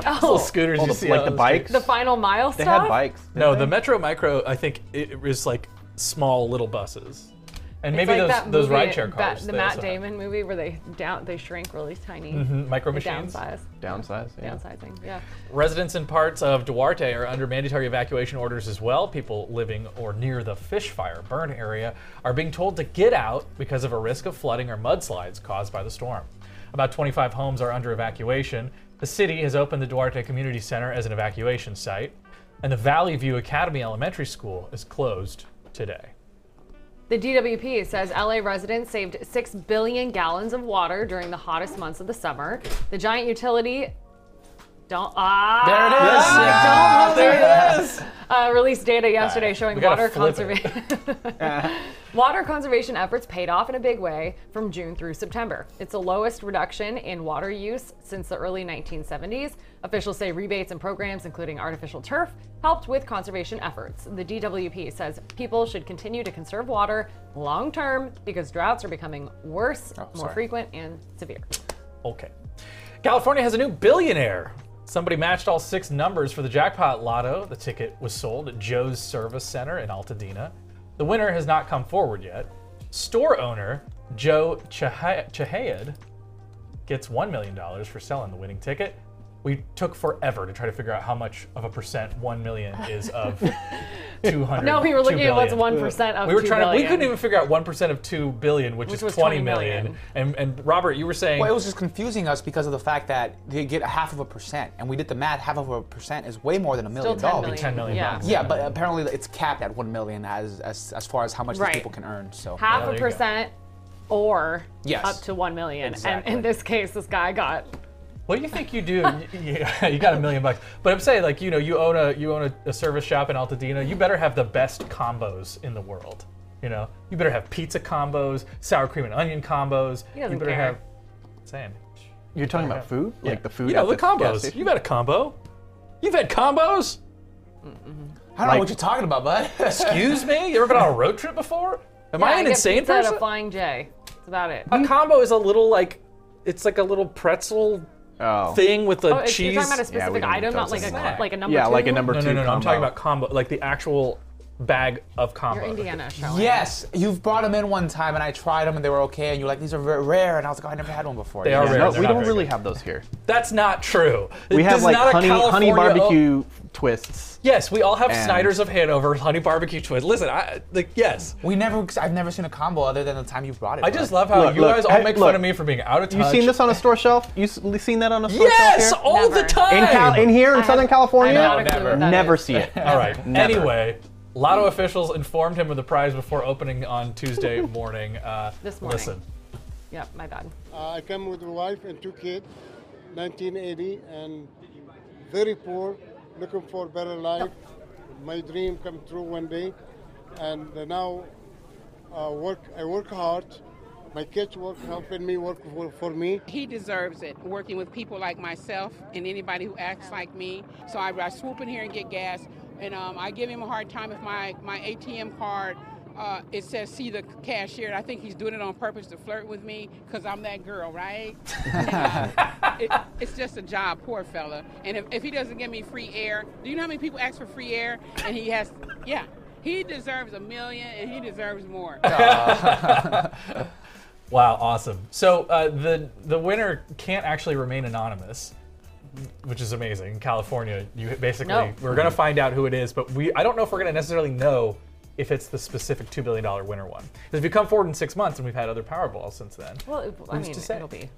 Speaker 2: Oh,
Speaker 1: Those scooters
Speaker 3: Oh,
Speaker 1: you
Speaker 3: the-
Speaker 1: see
Speaker 3: like
Speaker 1: out
Speaker 3: the
Speaker 1: on street.
Speaker 3: bikes.
Speaker 2: the final mile
Speaker 3: they
Speaker 2: stuff?
Speaker 3: had bikes. didn't
Speaker 1: No,
Speaker 3: they?
Speaker 1: the Metro Micro, I think it was like small little buses, and
Speaker 2: It's
Speaker 1: maybe
Speaker 2: like
Speaker 1: those
Speaker 2: that
Speaker 1: those uh, Mm-hmm.
Speaker 2: movie,
Speaker 1: rideshare
Speaker 2: that-
Speaker 1: cars.
Speaker 2: the
Speaker 1: they
Speaker 2: Matt
Speaker 1: also have.
Speaker 2: Damon movie where they down they shrink really tiny,
Speaker 1: micro
Speaker 2: they
Speaker 1: machines.
Speaker 2: downsize,
Speaker 3: Downsized, yeah.
Speaker 2: downsizing. Yeah,
Speaker 1: Residents in parts of Duarte are under mandatory evacuation orders as well. People living or near the fish fire burn area are being told to get out because of a risk of flooding or mudslides caused by the storm. About 25 homes are under evacuation. The city has opened the Duarte Community Center as an evacuation site, and the Valley View Academy Elementary School is closed today.
Speaker 2: the DWP says LA residents saved six billion gallons of water during the hottest months of the summer. The giant utility. Don't ah.
Speaker 4: there it is.
Speaker 2: Don't there it is. Uh, released data yesterday showing
Speaker 1: we gotta
Speaker 2: water
Speaker 1: flip it.
Speaker 2: conservation. water conservation efforts paid off in a big way from June through September. It's the lowest reduction in water use since the early 1970s. Officials say rebates and programs, including artificial turf, helped with conservation efforts. The DWP says people should continue to conserve water long term because droughts are becoming worse,
Speaker 1: Oh,
Speaker 2: more
Speaker 4: sorry.
Speaker 2: frequent, and severe.
Speaker 1: Okay. California has a new billionaire. Somebody matched all six numbers for the jackpot lotto. The ticket was sold at Joe's Service Center in Altadena. The winner has not come forward yet. Store owner Joe Chaha- Chahayed gets $1 million for selling the winning ticket. We took forever to try to figure out how much of a percent 1 million is of 200.
Speaker 2: No, we were
Speaker 1: 2
Speaker 2: looking at what's
Speaker 1: billion.
Speaker 2: 1% of
Speaker 1: We were
Speaker 2: 2
Speaker 1: trying to. We
Speaker 2: billion.
Speaker 1: couldn't even figure out one percent of two billion, which, is
Speaker 2: was
Speaker 1: 20
Speaker 2: 20 million.
Speaker 1: million. And and Robert, you were saying
Speaker 4: Well, it was just confusing us because of the fact that they get a half of a percent, and we did the math. Half of a percent is way more than a
Speaker 2: Still
Speaker 4: million
Speaker 2: 10
Speaker 4: dollars.
Speaker 2: million.
Speaker 1: 10 million
Speaker 2: yeah.
Speaker 1: bucks.
Speaker 4: Yeah, but apparently it's capped at one million as as, as far as how much these
Speaker 2: Right.
Speaker 4: people can earn. So
Speaker 2: half
Speaker 1: Yeah,
Speaker 2: a
Speaker 1: there you go.
Speaker 2: percent or
Speaker 4: Yes.
Speaker 2: up to 1 million.
Speaker 4: Exactly.
Speaker 2: And in this case, this guy got
Speaker 1: What do you think you do? Y- you, you got a million bucks, but I'm saying like you know you own a you own a, a service shop in Altadena. You better have the best combos in the world. You know you better have pizza combos, sour cream and onion combos. He
Speaker 2: doesn't
Speaker 1: you better
Speaker 2: care.
Speaker 1: have same.
Speaker 3: You're talking about food, like the food.
Speaker 1: You know
Speaker 3: at
Speaker 1: the
Speaker 3: gas
Speaker 1: combos.
Speaker 3: station?
Speaker 1: You've had a combo. You've had combos.
Speaker 4: I don't know what you're talking about, bud.
Speaker 1: Excuse me? You ever been on a road trip before? Am I
Speaker 2: Yeah,
Speaker 1: an
Speaker 2: get
Speaker 1: insane
Speaker 2: pizza and
Speaker 1: person?
Speaker 2: A flying J. That's about it.
Speaker 1: A combo is a little like, it's like a little pretzel thing with
Speaker 2: Oh,
Speaker 1: a
Speaker 2: it's-
Speaker 1: cheese.
Speaker 2: You're talking about a specific item, not like a like a number two.
Speaker 1: no, no, no, no, I'm talking about combo, like the actual bag of combo.
Speaker 2: You're Indiana, Charlotte.
Speaker 4: Yes, you've brought them in one time, and I tried them, and they were okay, and you're like, these are very rare, and I was like, oh, I never had one before.
Speaker 1: They are rare,
Speaker 3: No,
Speaker 1: they're
Speaker 3: we
Speaker 1: not
Speaker 3: don't
Speaker 1: very
Speaker 3: really have those here.
Speaker 1: That's not true.
Speaker 3: We
Speaker 1: This
Speaker 3: have
Speaker 1: is
Speaker 3: like
Speaker 1: not a
Speaker 3: honey, honey
Speaker 1: California- oh.
Speaker 3: barbecue twists.
Speaker 1: Yes, we all have
Speaker 3: And-
Speaker 1: Snyder's of Hanover, honey barbecue twist. Listen, I like yes.
Speaker 4: We never, I've never seen a combo other than the time you brought it.
Speaker 1: I just love how
Speaker 3: Look,
Speaker 1: you
Speaker 3: look,
Speaker 1: guys all
Speaker 3: I-
Speaker 1: make
Speaker 3: look.
Speaker 1: fun of me for being out of touch.
Speaker 3: You seen this on a store shelf? You s- seen that on a store
Speaker 1: Yes,
Speaker 3: shelf?
Speaker 1: all the time.
Speaker 3: here? In, Cal- in here in Southern California?
Speaker 1: not a clue what that
Speaker 3: Never see it.
Speaker 1: All right.
Speaker 3: Never.
Speaker 1: Anyway, Lotto officials informed him of the prize before opening on Tuesday morning. Uh,
Speaker 2: This morning.
Speaker 1: Listen,
Speaker 2: Yep, my bad.
Speaker 12: Uh, I come with my wife and two kids, 1980, and very poor, looking for a better life. My dream come true one day, and uh, now uh, work. I work hard. My kids work helping me work for, for me.
Speaker 13: He deserves it, working with people like myself and anybody who acts like me. So I, I swoop in here and get gas, and um, I give him a hard time if my, my ATM card, uh, it says see the cashier, and I think he's doing it on purpose to flirt with me because I'm that girl, right? uh, it, it's just a job, poor fella. And if, if he doesn't give me free air, do you know how many people ask for free air? And he has, yeah, he deserves a million, and he deserves more.
Speaker 1: wow, awesome. So uh, the the winner can't actually remain anonymous, which is amazing. In California, you basically
Speaker 2: No.
Speaker 1: we're gonna find out who it is, but we I don't know if we're gonna necessarily know if it's the specific two billion dollar winner one. Because if you come forward in six months, and we've had other Powerballs since then.
Speaker 2: Well, it- I
Speaker 1: Who's
Speaker 2: mean,
Speaker 1: to say?
Speaker 2: it'll be.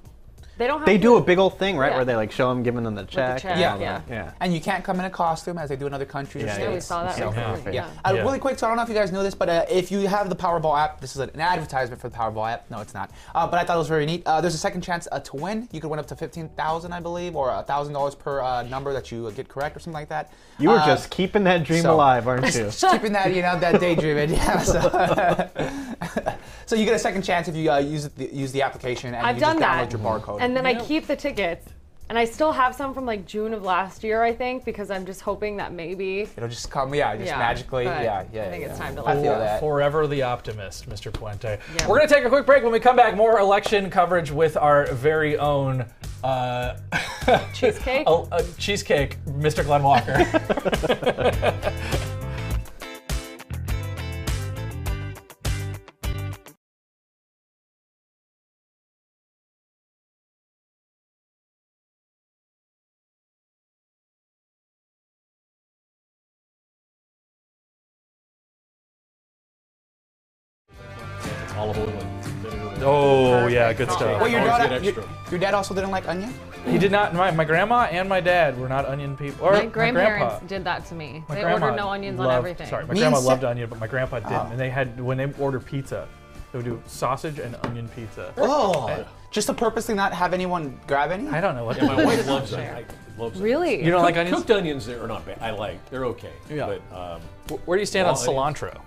Speaker 2: They don't have.
Speaker 3: They
Speaker 2: to-
Speaker 3: do a big old thing, right?
Speaker 2: Yeah.
Speaker 3: Where they like show them giving them the check.
Speaker 2: check,
Speaker 3: and all
Speaker 2: yeah.
Speaker 3: that. yeah.
Speaker 4: And you can't come in a costume as they do in other countries.
Speaker 3: Yeah,
Speaker 4: or
Speaker 3: yeah,
Speaker 4: states.
Speaker 3: we saw that
Speaker 4: So-
Speaker 3: recently,
Speaker 4: Yeah.
Speaker 3: yeah.
Speaker 4: Uh,
Speaker 3: Yeah.
Speaker 4: really quick, so I don't know if you guys know this, but uh, if you have the Powerball app, this is an advertisement for the Powerball app. No, it's not. Uh, but I thought it was very neat. Uh, there's a second chance uh, to win. You could win up to fifteen thousand, I believe, or thousand dollars per uh, number that you uh, get correct or something like that.
Speaker 3: You were
Speaker 4: Uh,
Speaker 3: just keeping that dream
Speaker 4: so-
Speaker 3: alive, aren't you?
Speaker 4: Just keeping that, you know, that daydreaming. Yeah. So, so you get a second chance if you uh, use it, use the application and
Speaker 2: I've
Speaker 4: you
Speaker 2: done
Speaker 4: just download
Speaker 2: that.
Speaker 4: your barcode.
Speaker 2: And then I keep the tickets, and I still have some from like June of last year, I think, because I'm just hoping that maybe.
Speaker 4: It'll just come, yeah, just
Speaker 2: Yeah,
Speaker 4: magically,
Speaker 2: but
Speaker 4: yeah, yeah.
Speaker 2: I think
Speaker 4: yeah.
Speaker 2: it's time to
Speaker 4: I
Speaker 2: let
Speaker 4: feel
Speaker 2: go.
Speaker 4: that.
Speaker 1: Forever the optimist, Mr. Puente. We're going to take a quick break. When we come back, more election coverage with our very own uh,
Speaker 2: cheesecake.
Speaker 1: uh, uh, cheesecake, Mr. Glenn Walker. Oh yeah, good stuff.
Speaker 4: Well, your dad, your, your dad also didn't like onion.
Speaker 1: He did not. My, my grandma and my dad were not onion people. Or
Speaker 2: My
Speaker 1: grandpa.
Speaker 2: grandparents did that to me.
Speaker 1: My
Speaker 2: they
Speaker 1: grandma
Speaker 2: ordered no onions
Speaker 1: loved,
Speaker 2: on everything.
Speaker 1: Sorry, my grandma loved onion, but my grandpa didn't.
Speaker 14: Ah.
Speaker 1: And they had when they ordered pizza, they would do sausage and onion pizza.
Speaker 4: Oh,
Speaker 1: And-
Speaker 4: just to purposely not have anyone grab any.
Speaker 2: Uh,
Speaker 4: I
Speaker 1: don't know what.
Speaker 14: Yeah, my wife loves onions. I- loves
Speaker 2: Really?
Speaker 14: onions.
Speaker 2: You don't like
Speaker 14: Cook-
Speaker 1: onions?
Speaker 14: Cooked onions are not bad. I like. They're okay.
Speaker 1: Yeah.
Speaker 14: But, um,
Speaker 1: Wh- where do you stand on
Speaker 14: raw onions-
Speaker 1: cilantro?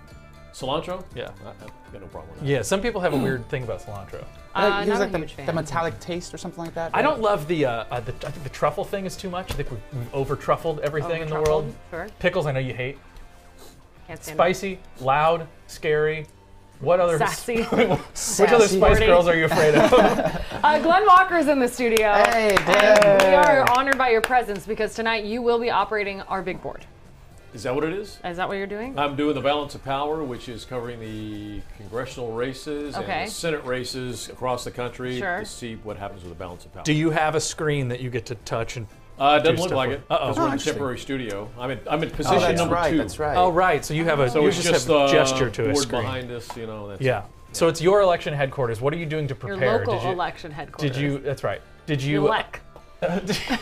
Speaker 14: Cilantro?
Speaker 1: Yeah.
Speaker 14: I, I've got no problem with that.
Speaker 1: Yeah, some people have a weird thing about cilantro.
Speaker 4: I
Speaker 2: not
Speaker 4: think it was
Speaker 2: a
Speaker 4: like the,
Speaker 2: huge fan.
Speaker 4: the metallic taste or something like that.
Speaker 1: I don't love the, uh, uh, the. I think the truffle thing is too much. I think we've, we've over truffled everything in the world.
Speaker 2: Over-truffled, sure.
Speaker 1: Pickles, I know you hate.
Speaker 2: Can't stand
Speaker 1: Spicy, loud, scary. What other
Speaker 2: Sassy.
Speaker 1: Which other
Speaker 2: Sassy.
Speaker 1: Spice Girls are you afraid of?
Speaker 2: it. Uh, Glenn Walker's in the studio. Hey, and we are honored by your presence because tonight you will be operating our big board.
Speaker 14: Is that what it is? Uh,
Speaker 2: Is that what you're doing?
Speaker 14: I'm doing the balance of power, which is covering the congressional races
Speaker 2: Okay.
Speaker 14: and the Senate races across the country
Speaker 2: Sure.
Speaker 14: to see what happens with the balance of power.
Speaker 1: Do you have a screen that you get to touch and?
Speaker 14: Uh, it
Speaker 1: do
Speaker 14: doesn't look
Speaker 1: stuff
Speaker 14: like
Speaker 1: with?
Speaker 14: it
Speaker 1: Uh-oh.
Speaker 14: because
Speaker 2: Oh,
Speaker 14: we're in a temporary studio. I'm in, I'm in position
Speaker 1: that's
Speaker 14: number
Speaker 1: right,
Speaker 14: two.
Speaker 1: that's right. Oh, right, so you have a-
Speaker 14: so
Speaker 1: you
Speaker 14: it's
Speaker 1: just
Speaker 14: just
Speaker 1: have
Speaker 14: uh,
Speaker 1: gesture to a
Speaker 14: board
Speaker 1: screen.
Speaker 14: behind us. You know. That's
Speaker 1: yeah. So it's your election headquarters. What are you doing to
Speaker 2: Your
Speaker 1: prepare?
Speaker 2: local
Speaker 1: Did you-
Speaker 2: election headquarters.
Speaker 1: Did you? That's right. Did you?
Speaker 2: You
Speaker 14: uh,
Speaker 2: lek.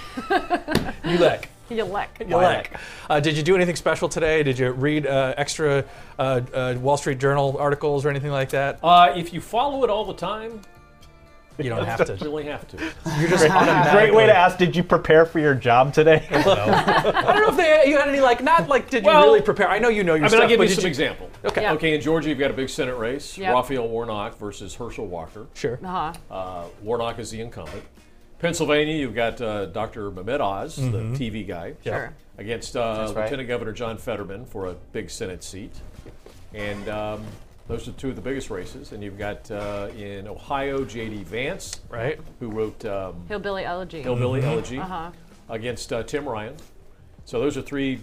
Speaker 1: You lek.
Speaker 2: You lek.
Speaker 1: You lek. Uh, did you do anything special today? Did you read uh, extra uh, uh, Wall Street Journal articles or anything like that?
Speaker 14: Uh, if you follow it all the time,
Speaker 1: You don't have to.
Speaker 14: You really have to.
Speaker 1: You're just automatically.
Speaker 3: Great way to ask, did you prepare for your job today?
Speaker 1: I don't know if they, you had any like not like did you
Speaker 14: Well,
Speaker 1: really prepare? I know you know your
Speaker 14: I mean,
Speaker 1: stuff.
Speaker 14: I'll give
Speaker 1: but
Speaker 14: you
Speaker 1: did
Speaker 14: some example.
Speaker 1: Okay.
Speaker 14: Okay, in Georgia, you've got a big Senate race:
Speaker 2: Yep.
Speaker 14: Raphael Warnock versus Herschel Walker.
Speaker 1: Sure.
Speaker 2: Uh-huh.
Speaker 14: Uh, Warnock is the incumbent. Pennsylvania, you've got uh, Dr. Mehmet Oz,
Speaker 1: Mhm.
Speaker 14: the TV guy,
Speaker 1: Yeah. Sure.
Speaker 14: against uh,
Speaker 1: That's right.
Speaker 14: Lieutenant Governor John Fetterman for a big Senate seat. And um, those are two of the biggest races. And you've got uh, in Ohio, J.D. Vance,
Speaker 1: right,
Speaker 14: who wrote um,
Speaker 2: Hillbilly Elegy.
Speaker 1: Mm-hmm.
Speaker 14: Hillbilly Elegy
Speaker 2: Uh-huh.
Speaker 14: against uh, Tim Ryan. So those are three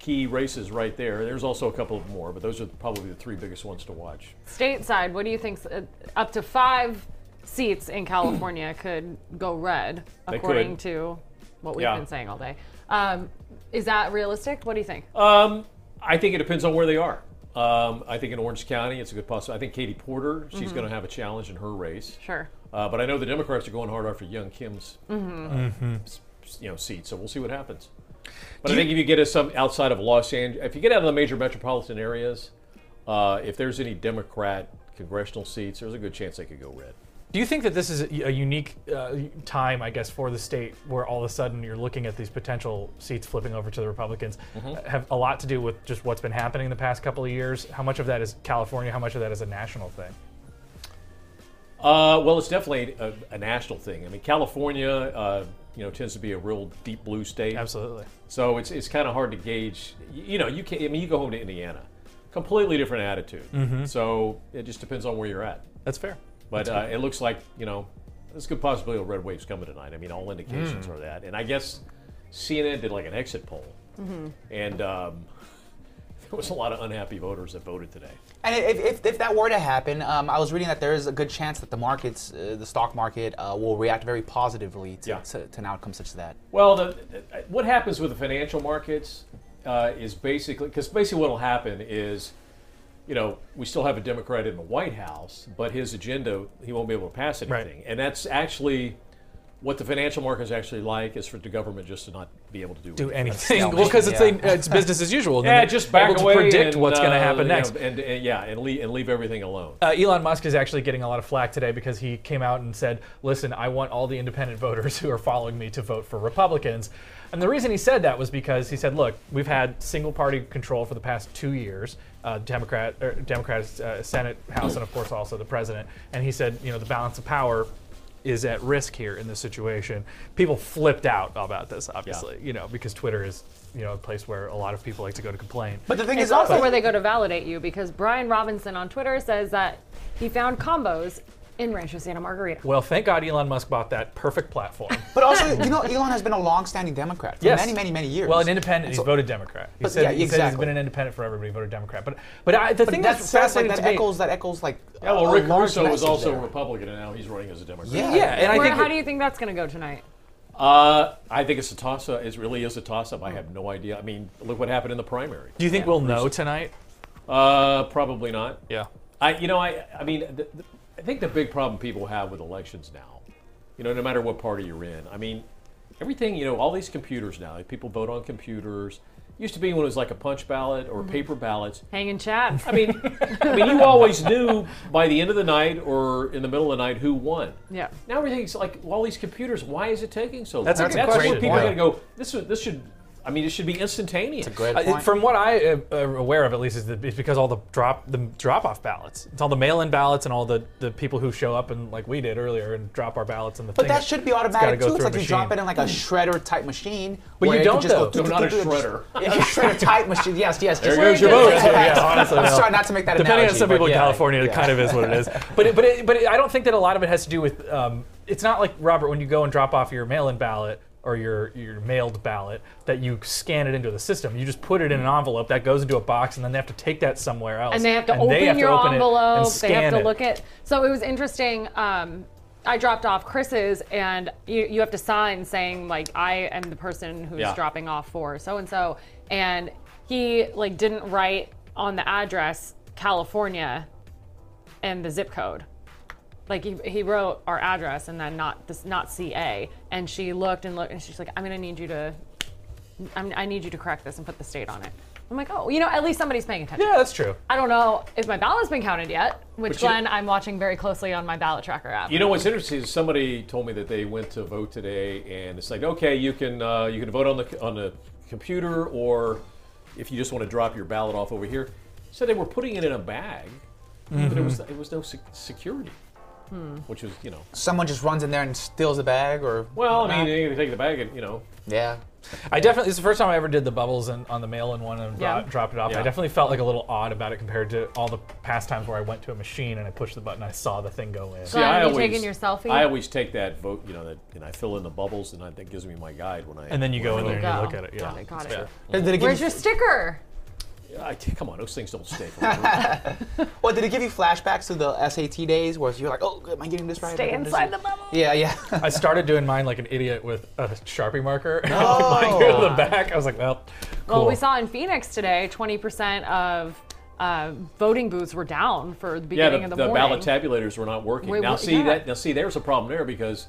Speaker 14: key races right there. There's also a couple of more, but those are probably the three biggest ones to watch.
Speaker 2: Stateside, what do you think? Uh, up to five seats in California could go red,
Speaker 14: They
Speaker 2: according
Speaker 14: could.
Speaker 2: to what we've
Speaker 14: Yeah.
Speaker 2: been saying all day. Um, is that realistic? What do you think?
Speaker 14: Um, I think it depends on where they are. Um, I think in Orange County, it's a good possibility. I think Katie Porter, she's
Speaker 2: Mhm.
Speaker 14: going to have a challenge in her race.
Speaker 2: Sure.
Speaker 14: Uh, but I know the Democrats are going hard after Young Kim's,
Speaker 2: Mhm.
Speaker 14: uh,
Speaker 1: Mhm.
Speaker 14: s- s- you know, seat. So we'll see what happens. But
Speaker 1: Do
Speaker 14: I
Speaker 1: you-
Speaker 14: think if you get us some outside of Los Angeles, if you get out of the major metropolitan areas, uh, if there's any Democrat congressional seats, there's a good chance they could go red.
Speaker 1: Do you think that this is a a unique uh, time, I guess, for the state where all of a sudden you're looking at these potential seats flipping over to the Republicans?
Speaker 14: Mhm.
Speaker 1: uh, Have a lot to do with just what's been happening the past couple of years? How much of that is California? How much of that is a national thing?
Speaker 14: Uh, well, it's definitely a, a national thing. I mean, California, uh, you know, tends to be a real deep blue state.
Speaker 1: Absolutely.
Speaker 14: So it's it's kind of hard to gauge. You, you know, you can. I mean, you go home to Indiana, completely different attitude.
Speaker 1: Mhm.
Speaker 14: So it just depends on where you're at.
Speaker 1: That's fair.
Speaker 14: But
Speaker 1: That's
Speaker 14: uh,
Speaker 1: fair.
Speaker 14: it looks like you know, there's a good possibility of red waves coming tonight. I mean, all indications
Speaker 1: Mm.
Speaker 14: are that. And I guess CNN did like an exit poll,
Speaker 4: Mhm.
Speaker 14: and um, there was a lot of unhappy voters that voted today.
Speaker 4: And if, if, if that were to happen, um, I was reading that there is a good chance that the markets, uh, the stock market, uh, will react very positively to, to, to an outcome such as that.
Speaker 14: Well, the, the- what happens with the financial markets uh, is basically because basically what will happen is, you know, we still have a Democrat in the White House, but his agenda he won't be able to pass
Speaker 1: Right.
Speaker 14: anything, and that's actually what the financial markets actually like is for the government just to not be able to do
Speaker 1: Do anything. Well, 'cause it's a- it's business as usual, and
Speaker 14: Yeah,
Speaker 1: they're
Speaker 14: just back
Speaker 1: able to
Speaker 14: away
Speaker 1: predict
Speaker 14: and,
Speaker 1: what's gonna
Speaker 14: uh,
Speaker 1: happen
Speaker 14: you know,
Speaker 1: next.
Speaker 14: and, and yeah, and leave and leave everything alone.
Speaker 1: Uh, Elon Musk is actually getting a lot of flack today because he came out and said, "Listen, I want all the independent voters who are following me to vote for Republicans." And the reason he said that was because he said, "Look, we've had single-party control for the past two years, uh, Democrat, er, Democrats, uh, Senate, House, and of course also the president." And he said, "You know, the balance of power." Is at risk here in this situation. People flipped out about this, obviously, you know, because Twitter is, you know, a place where a lot of people like to go to complain. But
Speaker 4: the thing
Speaker 2: it's also where they go to validate you because Brian Robinson on Twitter says that he found combos in Rancho Santa Margarita.
Speaker 1: Well, thank God Elon Musk bought that perfect platform.
Speaker 4: But also, you know, Elon has been a long-standing Democrat for
Speaker 1: Yes.
Speaker 4: many, many, many years.
Speaker 1: Well, an independent. He's
Speaker 4: So-
Speaker 1: voted Democrat. He
Speaker 4: But
Speaker 1: said,
Speaker 4: yeah,
Speaker 1: he said he's
Speaker 4: exactly.
Speaker 1: been an independent forever, but he voted Democrat. But but I, the
Speaker 4: But
Speaker 1: thing
Speaker 4: that
Speaker 1: that's
Speaker 4: sounds
Speaker 1: fascinating
Speaker 4: like that
Speaker 1: to me.
Speaker 4: echoes that echoes like
Speaker 14: Yeah, well,
Speaker 4: a
Speaker 14: Rick
Speaker 4: large
Speaker 14: Caruso was
Speaker 4: message
Speaker 14: also
Speaker 4: there.
Speaker 14: a Republican, and now he's running as a Democrat.
Speaker 2: Where, how do you think that's going to go tonight?
Speaker 14: Uh, I think it's a toss up. It really is a toss up. I have no idea. I mean, look what happened in the primary.
Speaker 1: Do you think we'll know tonight?
Speaker 14: Uh, probably not.
Speaker 1: Yeah.
Speaker 14: I, you know, I, I mean, the, the, I think the big problem people have with elections now, you know, no matter what party you're in, I mean, everything, you know, all these computers now, people vote on computers. Used to be when it was like a punch ballot or
Speaker 2: Mhm.
Speaker 14: paper ballots.
Speaker 2: Hang and chat.
Speaker 14: I mean, I mean, you always knew by the end of the night or in the middle of the night who won.
Speaker 2: yeah.
Speaker 14: Now everything's like all these computers. Why is it taking so
Speaker 1: That's a
Speaker 14: long?
Speaker 1: good
Speaker 14: That's where
Speaker 1: question.
Speaker 14: people
Speaker 1: Yeah.
Speaker 14: got to go. This should- this should. I mean, it should be instantaneous. It's a
Speaker 1: Uh, from what I am uh, aware of, at least, is that it's because all the drop the drop off ballots. It's all the mail in ballots and all the, the people who show up and like we did earlier and drop our ballots in the.
Speaker 4: But
Speaker 1: thing.
Speaker 4: that should be
Speaker 1: It's gotta
Speaker 4: automatic
Speaker 1: go
Speaker 4: too. It's
Speaker 1: through
Speaker 4: like you drop it
Speaker 1: machine.
Speaker 4: in like a shredder type machine.
Speaker 1: But
Speaker 4: where
Speaker 1: you
Speaker 4: it can
Speaker 1: don't,
Speaker 4: just go
Speaker 1: though.
Speaker 4: do-
Speaker 1: No,
Speaker 4: do-
Speaker 1: not a
Speaker 4: do- do-
Speaker 1: shredder.
Speaker 4: Yeah, a shredder type machine. Yes, yes.
Speaker 1: There
Speaker 4: just-
Speaker 1: goes your vote.
Speaker 4: Yes.
Speaker 1: Yeah, honestly,
Speaker 4: I'm
Speaker 1: no.
Speaker 4: sorry not to make that
Speaker 1: Depending
Speaker 4: analogy,
Speaker 1: on some
Speaker 4: but
Speaker 1: people in
Speaker 4: yeah.
Speaker 1: California,
Speaker 4: Yeah.
Speaker 1: it kind of is what it is. But it, but it, but it, I don't think that a lot of it has to do with. Um, it's not like Robert when you go and drop off your mail-in ballot or your your mailed ballot that you scan it into the system. You just put it in an envelope that goes into a box, and then they have to take that somewhere else.
Speaker 2: And they have to open
Speaker 1: have to
Speaker 2: your
Speaker 1: open it and
Speaker 2: envelope. They have
Speaker 1: scan
Speaker 2: to
Speaker 1: it.
Speaker 2: look at. So it was interesting. Um, I dropped off Chris's, and you, you have to sign saying like I am the person who's
Speaker 15: Yeah.
Speaker 2: dropping off for so and so, and he like didn't write on the address California and the zip code. Like he, he wrote our address and then not this not CA, and she looked and looked, and she's like, I'm gonna need you to, I'm, I need you to correct this and put the state on it. I'm like, oh, you know, at least somebody's paying attention.
Speaker 1: Yeah, that's true.
Speaker 2: I don't know if my ballot's been counted yet, which
Speaker 14: But you-
Speaker 2: Glenn, I'm watching very closely on my ballot tracker app.
Speaker 14: You know what's interesting is somebody told me that they went to vote today, and it's like, okay, you can uh, you can vote on the on the computer, or if you just want to drop your ballot off
Speaker 1: Mm-hmm.
Speaker 14: over here. So they were putting it in a bag, but it was it was no sec- security.
Speaker 2: Hmm.
Speaker 14: which is you know.
Speaker 4: Someone just runs in there and steals the bag, or
Speaker 14: Well, I mean, they can take the bag and you know.
Speaker 4: Yeah.
Speaker 1: I definitely. It's the first time I ever did the bubbles and on the mail-in one and
Speaker 14: Yeah.
Speaker 1: dro- dropped it off.
Speaker 14: Yeah.
Speaker 1: I definitely felt like a little odd about it compared to all the past times where I went to a machine and I pushed the button, and I saw the thing go in.
Speaker 2: See, Glenn, I you taking your selfie?
Speaker 14: I always take that vote, you know, that, and I fill in the bubbles, and I, that gives me my guide when I.
Speaker 1: And then you go
Speaker 14: when
Speaker 1: in there
Speaker 14: I-
Speaker 1: and you look at it. Yeah.
Speaker 2: Got it, got it.
Speaker 14: Yeah.
Speaker 2: Where's your sticker?
Speaker 14: I t- come on, those things don't stay.
Speaker 4: Well, did it give you flashbacks to the SAT days where you're like, oh, am I getting this right? Am I
Speaker 2: Stay
Speaker 4: getting this
Speaker 2: inside
Speaker 4: right?
Speaker 2: the bubble.
Speaker 4: Yeah, yeah.
Speaker 1: I started doing mine like an idiot with a sharpie marker. and I put mine in the back. I was like, well, cool.
Speaker 2: Well, we saw in Phoenix today, 20% of uh, voting booths were down for the
Speaker 14: yeah,
Speaker 2: beginning
Speaker 14: the,
Speaker 2: of the,
Speaker 14: the
Speaker 2: morning.
Speaker 14: ballot tabulators were not working.
Speaker 2: Wait,
Speaker 14: now
Speaker 2: what-
Speaker 14: see
Speaker 2: yeah.
Speaker 14: that? Now see, there's a problem there because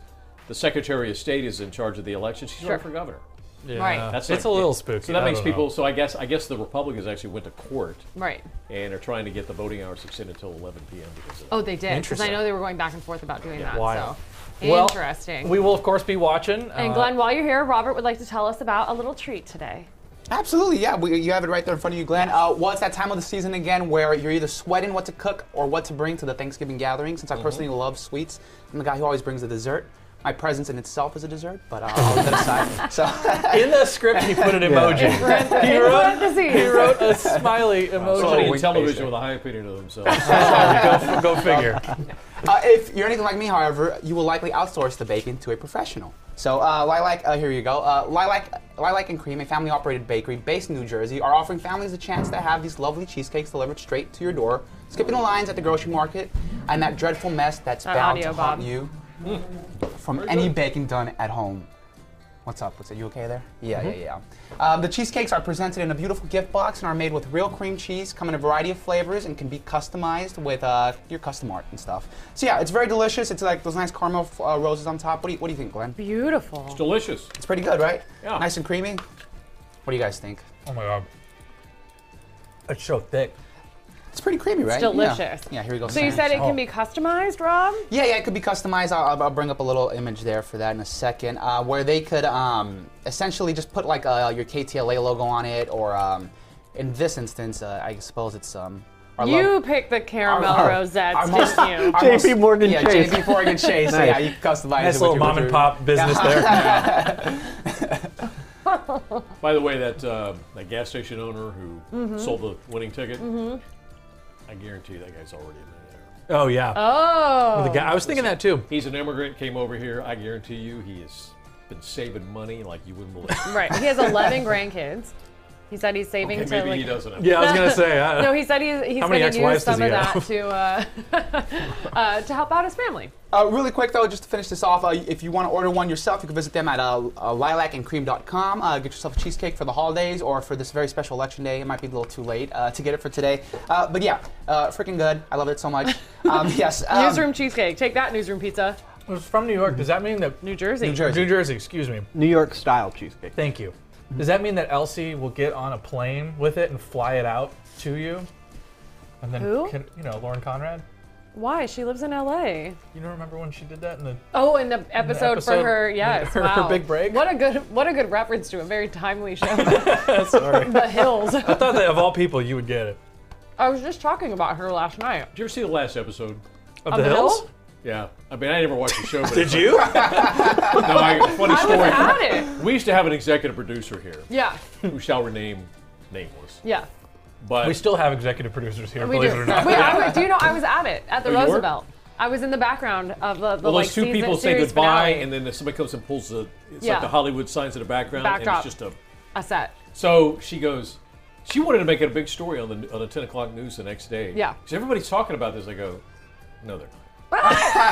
Speaker 14: the Secretary of State is in charge of the election. She's
Speaker 2: Sure.
Speaker 14: running for governor.
Speaker 1: Yeah. Right. It's a little spooky.
Speaker 14: So that
Speaker 1: I
Speaker 14: makes
Speaker 1: don't know.
Speaker 14: people. So I guess I guess the Republicans actually went to court.
Speaker 2: Right.
Speaker 14: And are trying to get the voting hours extended until 11 p.m. because of that.
Speaker 2: Oh, they did. Because I know they were going back and forth about doing that.
Speaker 1: Wild.
Speaker 2: So
Speaker 1: Well,
Speaker 2: interesting.
Speaker 1: we will of course be watching.
Speaker 2: and
Speaker 1: uh,
Speaker 2: Glenn, while you're here, Robert would like to tell us about a little treat today.
Speaker 4: Absolutely, yeah. We, you have it right there in front of you, Glenn. Uh, well, it's that time of the season again where you're either sweating what to cook or what to bring to the Thanksgiving gathering. Since I
Speaker 14: Mhm.
Speaker 4: personally love sweets, I'm the guy who always brings a dessert. My presence in itself is a dessert, but uh, I'll leave that aside. So
Speaker 1: in the script, he put an emoji. he, wrote, he wrote a smiley emoji.
Speaker 14: Somebody in television with a high opinion of themselves.
Speaker 1: Sorry, go, go figure.
Speaker 4: Uh, if you're anything like me, however, you will likely outsource the bacon to a professional. So, uh, Lilac, uh, here you go. Uh, Lilac, Lilac and Cream, a family operated bakery based in New Jersey, are offering families a chance to have these lovely cheesecakes delivered straight to your door, skipping the lines at the grocery market and that dreadful mess that's
Speaker 2: That
Speaker 4: bound
Speaker 2: audio
Speaker 4: to haunt
Speaker 2: bomb.
Speaker 4: you
Speaker 2: Hmm.
Speaker 4: from
Speaker 2: Very
Speaker 4: any
Speaker 2: good.
Speaker 4: baking done at home. What's up? What's it? You okay there? Yeah,
Speaker 2: Mhm.
Speaker 4: yeah, yeah. Um, the cheesecakes are presented in a beautiful gift box and are made with real cream cheese, come in a variety of flavors, and can be customized with uh, your custom art and stuff. So yeah, it's very delicious. It's like those nice caramel uh, roses on top. What do you, what do you think, Glenn?
Speaker 2: Beautiful. It's
Speaker 14: delicious.
Speaker 4: It's pretty good, right?
Speaker 14: Yeah.
Speaker 4: Nice and creamy. What do you guys think?
Speaker 1: Oh my god, it's so thick.
Speaker 4: It's pretty creamy, right?
Speaker 2: It's
Speaker 4: Yeah.
Speaker 2: delicious.
Speaker 4: Yeah. here we go. Oh.
Speaker 2: So you said it can be customized, Rob?
Speaker 4: Yeah, yeah, it could be customized. I'll- I'll, I'll bring up a little image there for that in a second, uh, where they could um, essentially just put like uh, your KTLA logo on it, or um, in this instance, uh, I suppose it's um, our
Speaker 2: you
Speaker 4: lo-
Speaker 2: picked the caramel
Speaker 4: our-
Speaker 2: rosettes,
Speaker 4: our most-
Speaker 2: didn't you?
Speaker 4: our
Speaker 3: JP
Speaker 4: most-
Speaker 3: Morgan
Speaker 4: yeah,
Speaker 3: Chase.
Speaker 4: JP Morgan Chase. so
Speaker 3: Nice.
Speaker 4: Yeah, you can customize
Speaker 1: Nice
Speaker 4: it. with
Speaker 1: little
Speaker 4: your-
Speaker 1: mom
Speaker 4: with
Speaker 1: and
Speaker 4: your-
Speaker 1: pop business
Speaker 4: Yeah.
Speaker 14: By the way, that uh, that gas station owner who
Speaker 1: Mm-hmm.
Speaker 2: Mhm.
Speaker 14: sold the winning ticket,
Speaker 2: Mhm.
Speaker 14: I guarantee that guy's already a millionaire.
Speaker 1: Oh yeah.
Speaker 2: Oh.
Speaker 1: With the guy- I was thinking that too.
Speaker 14: He's an immigrant, came over here. I guarantee you, he has been saving money like you wouldn't believe.
Speaker 2: Right. He has 11 grandkids. He said he's saving
Speaker 14: Okay,
Speaker 2: to
Speaker 14: maybe
Speaker 2: like.
Speaker 14: he doesn't have-
Speaker 1: Yeah, I was gonna say, I-
Speaker 2: no, he said he's, he's
Speaker 1: How
Speaker 2: going
Speaker 1: many
Speaker 2: to
Speaker 1: ex-wives
Speaker 2: use some of
Speaker 1: does he
Speaker 2: that
Speaker 1: have?
Speaker 2: to uh, uh, to help out his family.
Speaker 4: Uh, really quick though, just to finish this off, uh, if you want to order one yourself, you can visit them at uh, uh, lilacandcream.com. Uh, get yourself a cheesecake for the holidays or for this very special election day. It might be a little too late uh, to get it for today, uh, but yeah, uh, freaking good. I love it so much. Um, yes. Um,
Speaker 2: newsroom cheesecake. Take that, newsroom pizza.
Speaker 1: from New York. Does that mean that
Speaker 2: New Jersey?
Speaker 1: New Jersey. New Jersey. Excuse me.
Speaker 3: New York style cheesecake.
Speaker 1: Thank you. Does that mean that Elsie will get on a plane with it and fly it out to you? And then,
Speaker 2: Who?
Speaker 1: Can, you know, Lauren Conrad?
Speaker 2: Why? She lives in L.A.
Speaker 1: You don't remember when she did that in the
Speaker 2: Oh, in the episode,
Speaker 1: episode-
Speaker 2: for her, yes,
Speaker 1: her- her
Speaker 2: wow.
Speaker 1: big break?
Speaker 2: What a good, what a good reference to a very timely show. the Hills.
Speaker 1: I thought that of all people, you would get it.
Speaker 2: I was just talking about her last night.
Speaker 14: Did you ever see the last episode
Speaker 1: Of The Hills?
Speaker 14: Yeah, I mean, I never watched the show. But
Speaker 1: Did
Speaker 14: it's
Speaker 1: you?
Speaker 14: Like, no, I, funny
Speaker 2: I was
Speaker 14: story.
Speaker 2: at it.
Speaker 14: We used to have an executive producer here.
Speaker 2: Yeah.
Speaker 14: Who shall remain nameless.
Speaker 2: Yeah.
Speaker 14: But
Speaker 1: we still have executive producers here,
Speaker 2: We
Speaker 1: believe
Speaker 2: do.
Speaker 1: it or not.
Speaker 2: Wait, I was- do you know I was at it at the
Speaker 14: Oh, you were?
Speaker 2: Roosevelt? I was in the background of the, the
Speaker 14: well,
Speaker 2: like
Speaker 14: those two
Speaker 2: season,
Speaker 14: people say
Speaker 2: series
Speaker 14: goodbye,
Speaker 2: finale.
Speaker 14: and then somebody comes and pulls the it's
Speaker 2: Yeah.
Speaker 14: like the Hollywood signs in the background,
Speaker 2: Backdrop.
Speaker 14: and it's just a.
Speaker 2: a set.
Speaker 14: So she goes. She wanted to make it a big story on the on the ten o'clock news the next day.
Speaker 2: Yeah.
Speaker 14: So everybody's talking about this. I go, no, they're not.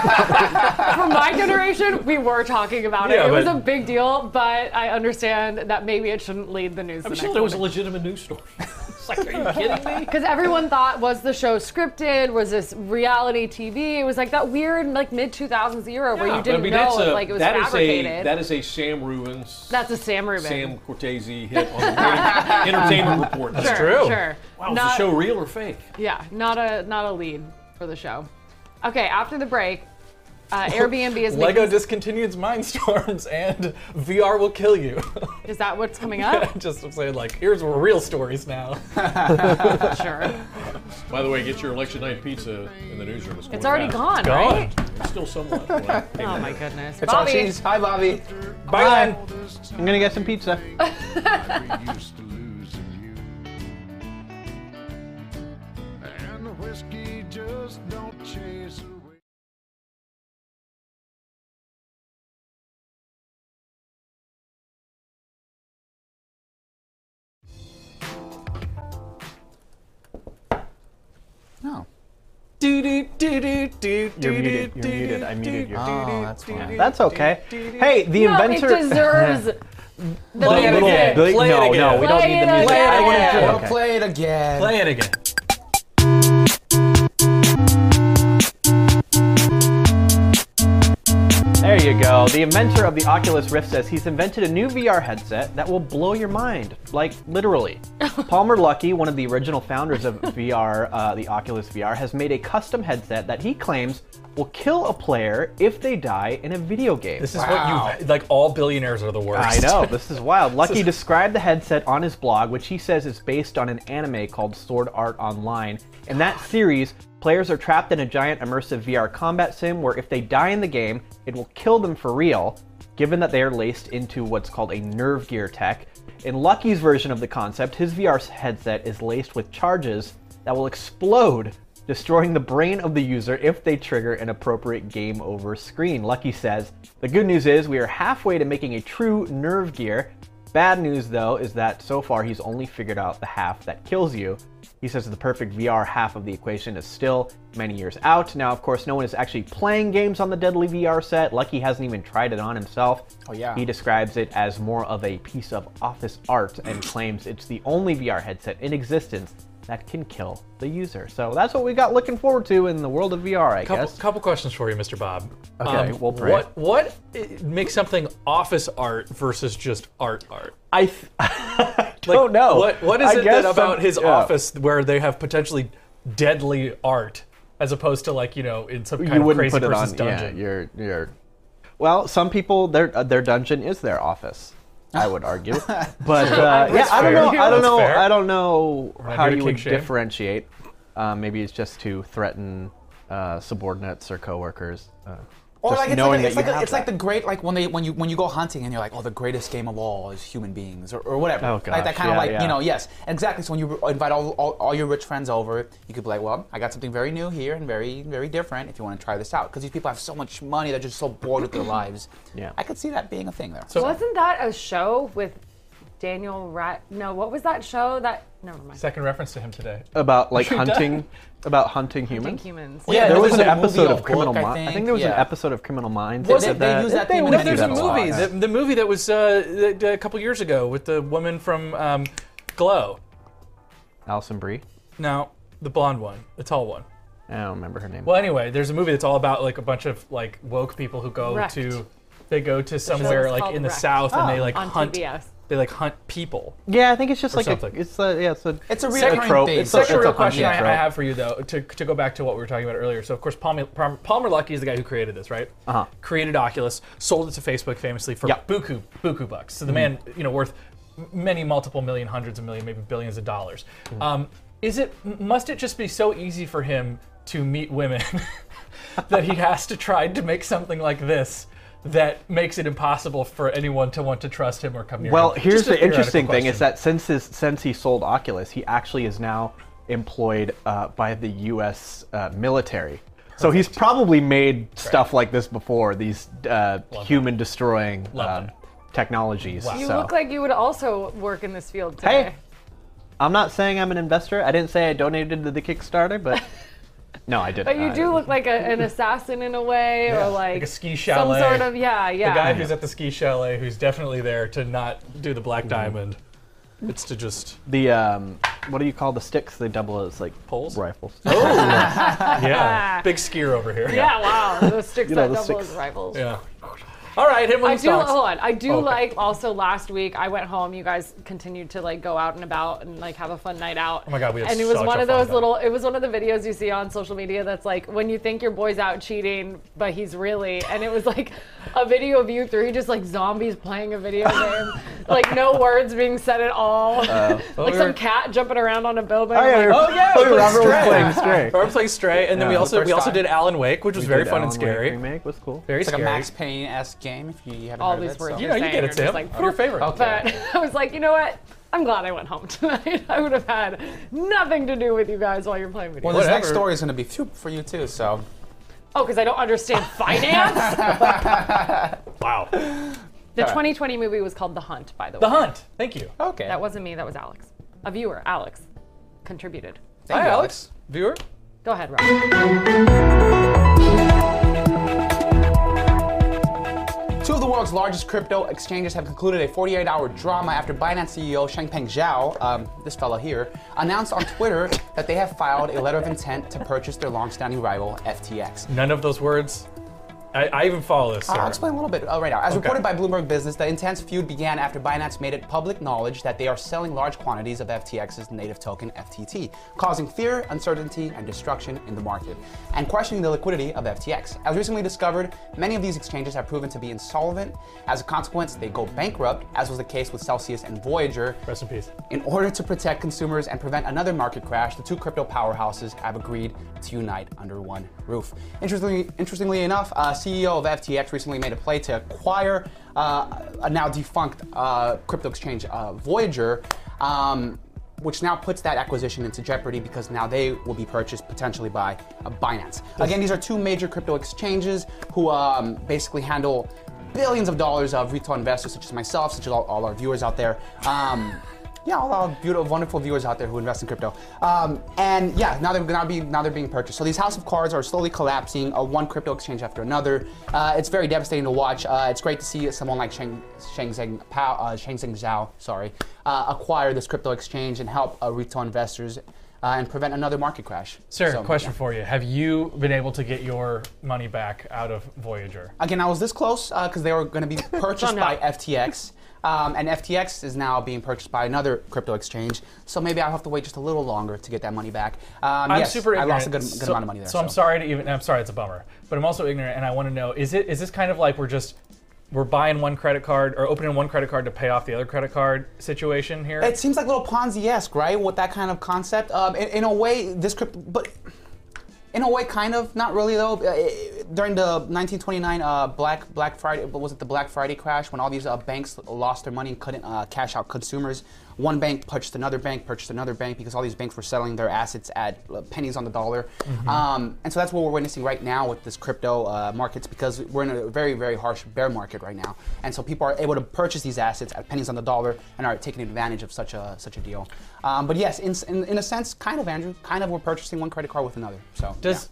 Speaker 2: From my generation, we were talking about
Speaker 14: Yeah,
Speaker 2: it. It was
Speaker 14: but-
Speaker 2: a big deal, but I understand that maybe it shouldn't lead the news.
Speaker 14: I'm
Speaker 2: the
Speaker 14: sure
Speaker 2: next
Speaker 14: there was a
Speaker 2: morning.
Speaker 14: legitimate news story. it's like, are you kidding me?
Speaker 2: Because everyone thought, was the show scripted? Was this reality TV? It was like that weird, like mid 2000s era where
Speaker 14: Yeah,
Speaker 2: you
Speaker 14: but I
Speaker 2: didn't
Speaker 14: mean,
Speaker 2: know,
Speaker 14: that's a-
Speaker 2: like it was
Speaker 14: that is
Speaker 2: fabricated.
Speaker 14: a that is a Sam Rubens,
Speaker 2: That's a Sam Rubin.
Speaker 14: Sam Cortese hit on the Entertainment Report.
Speaker 2: That's Sure, true. sure.
Speaker 14: Wow,
Speaker 2: Not-
Speaker 14: is the show real or fake?
Speaker 2: Yeah, not a not a lead for the show. Okay, after the break, Uh, Airbnb is
Speaker 1: Lego
Speaker 2: making.
Speaker 1: discontinues Mindstorms and VR will kill you.
Speaker 2: Is that what's coming up?
Speaker 1: Just saying, like, here's real stories now.
Speaker 2: sure.
Speaker 14: By the way, get your election night pizza in the newsroom.
Speaker 2: It's
Speaker 14: going
Speaker 2: already
Speaker 14: fast.
Speaker 2: gone, It's gone. right?
Speaker 14: There's still some left. oh
Speaker 2: my goodness,
Speaker 4: It's all cheese. Hi, Bobby.
Speaker 1: Bye.
Speaker 3: I'm gonna get some pizza.
Speaker 15: And the whiskey just don't chase away.
Speaker 4: No.
Speaker 1: Do do do do do
Speaker 3: You're muted. You're muted. I muted you.
Speaker 4: Oh, that's fine.
Speaker 3: That's okay. Hey, the
Speaker 2: No, it
Speaker 3: inventor.
Speaker 2: deserves the
Speaker 3: Play it
Speaker 2: music.
Speaker 3: again. Play- Play no, it again. no, we don't
Speaker 2: Play
Speaker 3: need the
Speaker 2: it
Speaker 3: music.
Speaker 2: again.
Speaker 3: I wanna hear it. Okay.
Speaker 4: Play it again.
Speaker 1: Play it again.
Speaker 3: There you go. The inventor of the Oculus Rift says he's invented a new VR headset that will blow your mind, like literally. Palmer Luckey, one of the original founders of VR, uh, the Oculus VR, has made a custom headset that he claims will kill a player if they die in a video game.
Speaker 1: This is what you like. All billionaires are the worst.
Speaker 3: I know, this is wild. Lucky described the headset on his blog, which he says is based on an anime called Sword Art Online. In that series, players are trapped in a giant immersive VR combat sim where if they die in the game, it will kill them for real, given that they are laced into what's called a nerve gear tech. In Lucky's version of the concept, his VR headset is laced with charges that will explode destroying the brain of the user if they trigger an appropriate game over screen. Lucky says, The good news is we are halfway to making a true nerve gear. Bad news, though, is that so far he's only figured out the half that kills you. He says the perfect VR half of the equation is still many years out. Now, of course, no one is actually playing games on the Deadly VR set. Lucky hasn't even tried it on himself.
Speaker 4: Oh, yeah.
Speaker 3: He describes it as more of a piece of office art and claims it's the only VR headset in existence that can kill the user. So that's what we got looking forward to in the world of VR, I
Speaker 1: Couple,
Speaker 3: guess.
Speaker 1: couple questions for you, Mr. Bob.
Speaker 3: Okay, we'll pray.
Speaker 1: What what i- makes something office art versus just art art?
Speaker 3: I th- don't know.
Speaker 1: What what is
Speaker 3: I
Speaker 1: it
Speaker 3: guess
Speaker 1: that about
Speaker 3: some-
Speaker 1: his
Speaker 3: yeah.
Speaker 1: office where they have potentially deadly art as opposed to like you know in some kind
Speaker 3: you
Speaker 1: of
Speaker 3: wouldn't
Speaker 1: crazy
Speaker 3: put it
Speaker 1: person's
Speaker 3: on
Speaker 1: dungeon?
Speaker 3: Yeah, your your. Well, some people their uh, their dungeon is their office. I would argue, but uh, yeah,
Speaker 1: That's
Speaker 3: I don't
Speaker 1: fair.
Speaker 3: know. I don't
Speaker 1: That's
Speaker 3: know.
Speaker 1: fair.
Speaker 3: I don't know
Speaker 1: We're not
Speaker 3: how
Speaker 1: here to
Speaker 3: you would
Speaker 1: kink shame.
Speaker 3: differentiate. Uh, maybe it's just to threaten uh, subordinates or coworkers. Uh,
Speaker 4: Or
Speaker 3: just
Speaker 4: like it's,
Speaker 3: knowing
Speaker 4: like, it's,
Speaker 3: that
Speaker 4: like,
Speaker 3: you
Speaker 4: the-
Speaker 3: have
Speaker 4: it's like the great like when they when you when you go hunting and you're like oh the greatest game of all is human beings or, or whatever
Speaker 3: Oh,
Speaker 4: like
Speaker 3: gosh,
Speaker 4: that kind of
Speaker 3: yeah,
Speaker 4: like
Speaker 3: yeah.
Speaker 4: you know yes exactly so when you invite all, all, all your rich friends over you could be like well I got something very new here and very very different if you want to try this out because these people have so much money they're just so bored with their lives yeah I could see that being a thing there
Speaker 2: Wasn't that a show with Daniel Rat? No, what was that show? That never mind.
Speaker 1: Second reference to him today.
Speaker 3: about like
Speaker 1: You're done.
Speaker 3: hunting about hunting humans.
Speaker 2: humans.
Speaker 1: Yeah,
Speaker 3: there
Speaker 1: there
Speaker 3: was
Speaker 1: was
Speaker 3: an
Speaker 1: a movie
Speaker 3: episode
Speaker 1: or
Speaker 3: of Criminal
Speaker 1: book, I
Speaker 3: Minds. I think
Speaker 1: think.
Speaker 3: there was an
Speaker 1: Yeah.
Speaker 3: episode of Criminal Minds.
Speaker 1: Was
Speaker 3: that
Speaker 1: it-
Speaker 3: did
Speaker 1: they
Speaker 3: that.
Speaker 1: use
Speaker 4: that
Speaker 3: They
Speaker 4: theme in
Speaker 1: No,
Speaker 3: would do
Speaker 1: there's a
Speaker 3: that lot.
Speaker 1: movie. The, the movie that was uh, the, the- a couple years ago with the woman from um, Glow.
Speaker 3: Alison Brie.
Speaker 1: No, the blonde one, the tall one.
Speaker 3: I don't remember her name.
Speaker 1: Well, anyway, there's a movie that's all about like a bunch of like woke people who go
Speaker 2: Wrecked.
Speaker 1: to they go to
Speaker 2: show
Speaker 1: somewhere
Speaker 2: is
Speaker 1: like
Speaker 2: called
Speaker 1: in the
Speaker 2: Wrecked.
Speaker 1: south and they
Speaker 2: Oh.
Speaker 1: like
Speaker 2: On
Speaker 1: hunt.
Speaker 2: TBS.
Speaker 1: They like hunt people.
Speaker 3: Yeah, I think it's just
Speaker 1: Or
Speaker 3: like a,
Speaker 1: something.
Speaker 3: it's a yeah, it's a
Speaker 4: It's a
Speaker 3: it's
Speaker 4: recurring
Speaker 3: trope.
Speaker 4: theme.
Speaker 3: It's a,
Speaker 4: Such
Speaker 3: it's
Speaker 1: Second
Speaker 3: a
Speaker 1: real
Speaker 3: hunting
Speaker 1: question I,
Speaker 3: trope.
Speaker 1: I have for you though, to, to go back to what we were talking about earlier. So of course Palmer, Palmer, Palmer Luckey is the guy who created this, right?
Speaker 3: Uh-huh.
Speaker 1: Created Oculus, sold it to Facebook famously for
Speaker 3: Yep.
Speaker 1: buku buku bucks. So the man, you know, worth m- many multiple million, hundreds of million, maybe billions of dollars. Um, is it m- must it just be so easy for him to meet women that he has to try to make something like this? That makes it impossible for anyone to want to trust him or come near
Speaker 3: Well,
Speaker 1: him.
Speaker 3: here's
Speaker 1: Just a
Speaker 3: the interesting
Speaker 1: theoretical
Speaker 3: thing is that since his, since he sold Oculus, he actually is now employed uh, by the U.S. Uh, military. So he's probably made stuff like this before these uh, human destroying um, technologies.
Speaker 2: You
Speaker 3: So
Speaker 2: look like you would also work in this field today.
Speaker 3: hey, I'm not saying I'm an investor. I didn't say I donated to the Kickstarter, but no, I didn't.
Speaker 2: But you
Speaker 3: I-
Speaker 2: do look like a, an assassin in a way,
Speaker 1: Uh, Yeah,
Speaker 2: or like,
Speaker 1: like a ski chalet.
Speaker 2: Some sort of yeah, yeah.
Speaker 1: The guy who's at the ski chalet, who's definitely there to not do the black
Speaker 14: Mm-hmm.
Speaker 1: diamond. It's to just
Speaker 3: the um, what do you call the sticks? They double as like poles, rifles.
Speaker 1: Oh. yeah, big skier over here.
Speaker 2: yeah, wow, those sticks
Speaker 3: You know,
Speaker 2: that
Speaker 3: the
Speaker 2: double
Speaker 3: sticks.
Speaker 2: as rivals.
Speaker 1: Yeah. All right, hit one
Speaker 2: I
Speaker 1: of
Speaker 2: do.
Speaker 1: the songs.
Speaker 2: Hold on. I do
Speaker 1: Okay.
Speaker 2: like also last week. I went home. You guys continued to like go out and about and like have a fun night out.
Speaker 1: Oh my God, we had
Speaker 2: and it was
Speaker 1: such
Speaker 2: one
Speaker 1: a
Speaker 2: of
Speaker 1: fun
Speaker 2: those
Speaker 1: night.
Speaker 2: little. It was one of the videos you see on social media that's like when you think your boy's out cheating, but he's really. And it was like a video of you three just like zombies playing a video game, like no words being said at all,
Speaker 1: Uh-oh. Uh, Well,
Speaker 2: like
Speaker 1: we
Speaker 2: some
Speaker 1: were-
Speaker 2: cat jumping around on a building.
Speaker 3: Oh, yeah, we were-
Speaker 1: Oh yeah,
Speaker 3: Oh,
Speaker 1: we
Speaker 3: Robert was playing Stray.
Speaker 1: Robert played Stray, and then
Speaker 3: Yeah.
Speaker 1: we
Speaker 3: The
Speaker 1: also we
Speaker 3: first
Speaker 1: also
Speaker 3: time.
Speaker 1: did Alan Wake, which
Speaker 3: We
Speaker 1: was very
Speaker 3: did
Speaker 1: fun
Speaker 3: Alan
Speaker 1: and
Speaker 3: Wake
Speaker 1: scary.
Speaker 3: remake was cool.
Speaker 1: Very
Speaker 4: it's like
Speaker 1: scary.
Speaker 4: a Max Payne esque game. If you haven't
Speaker 2: all
Speaker 4: heard of
Speaker 2: these
Speaker 4: it,
Speaker 2: words
Speaker 4: so-
Speaker 2: you're saying are just like,
Speaker 1: Your favorite.
Speaker 2: But I was like, you know what? I'm glad I went home tonight. I would have had nothing to do with you guys while you're playing video.
Speaker 4: Well,
Speaker 2: games.
Speaker 4: this next story is going to be phew for you too. So
Speaker 2: Oh, because I don't understand finance.
Speaker 1: wow.
Speaker 2: the
Speaker 4: All right.
Speaker 2: 2020 movie was called The Hunt, by the way.
Speaker 1: The Hunt. Thank you.
Speaker 4: Okay.
Speaker 2: That wasn't me. That was Alex, a viewer. Alex contributed.
Speaker 1: Hi, Alex. Viewer.
Speaker 2: Go ahead, Rob.
Speaker 4: Two of the world's largest crypto exchanges have concluded a 48 hour drama after Binance CEO Changpeng Zhao, um, this fellow here, announced on Twitter that they have filed a letter of intent to purchase their longstanding rival, FTX.
Speaker 1: None of those words. I, I even follow this.
Speaker 4: I'll
Speaker 1: sir.
Speaker 4: explain a little bit uh, right now. As
Speaker 1: Okay.
Speaker 4: reported by Bloomberg Business, the intense feud began after Binance made it public knowledge that they are selling large quantities of FTX's native token FTT, causing fear, uncertainty, and destruction in the market, and questioning the liquidity of FTX. As recently discovered, many of these exchanges have proven to be insolvent. As a consequence, they go bankrupt, as was the case with Celsius and Voyager.
Speaker 1: Rest in peace.
Speaker 4: In order to protect consumers and prevent another market crash, the two crypto powerhouses have agreed to unite under one roof. Interestingly, interestingly enough, uh, CEO of FTX recently made a play to acquire uh, a now defunct uh, crypto exchange, uh, Voyager. Um, which now puts that acquisition into jeopardy because now they will be purchased potentially by uh, Binance. Again, these are two major crypto exchanges who um, basically handle billions of dollars of retail investors, such as myself, such as all, all our viewers out there. Um, yeah, all our beautiful, wonderful viewers out there who invest in crypto. Um, and yeah, now they're now being now they're being purchased. So these house of cards are slowly collapsing, uh, one crypto exchange after another. Uh, it's very devastating to watch. Uh, it's great to see someone like Sheng Sheng Zeng Pao, uh, Sheng Zeng Zhao, sorry, uh, acquire this crypto exchange and help uh, retail investors uh, and prevent another market crash.
Speaker 1: Sir,
Speaker 4: So,
Speaker 1: question
Speaker 4: yeah.
Speaker 1: for you. Have you been able to get your money back out of Voyager?
Speaker 4: Again, I was this close because they were going to be purchased by FTX. Um, and FTX is now being purchased by another crypto exchange. So maybe I'll have to wait just a little longer to get that money back. Um,
Speaker 1: I'm
Speaker 4: yes,
Speaker 1: super
Speaker 4: I
Speaker 1: ignorant.
Speaker 4: lost a good, good
Speaker 1: so,
Speaker 4: amount of money there.
Speaker 1: So, I'm sorry to even. I'm sorry, it's a bummer. But I'm also ignorant, and I want to know: is it is this kind of like we're just we're buying one credit card or opening one credit card to pay off the other credit card situation here?
Speaker 4: It seems like little Ponzi-esque, right? With that kind of concept. Um, in, in a way, this crypto, but in a way, kind of, not really though. Uh, it- During the 1929 uh, Black Black Friday, what was it the Black Friday crash when all these uh, banks lost their money and couldn't uh, cash out consumers? One bank purchased another bank, purchased another bank because all these banks were selling their assets at uh, pennies on the dollar.
Speaker 16: Mhm.
Speaker 4: Um, and so that's what we're witnessing right now with this crypto uh, markets because we're in a very, very harsh bear market right now. And so people are able to purchase these assets at pennies on the dollar and are taking advantage of such a such a deal. Um, but yes, in, in, in a sense, kind of, Andrew, kind of we're purchasing one credit card with another. So
Speaker 1: Does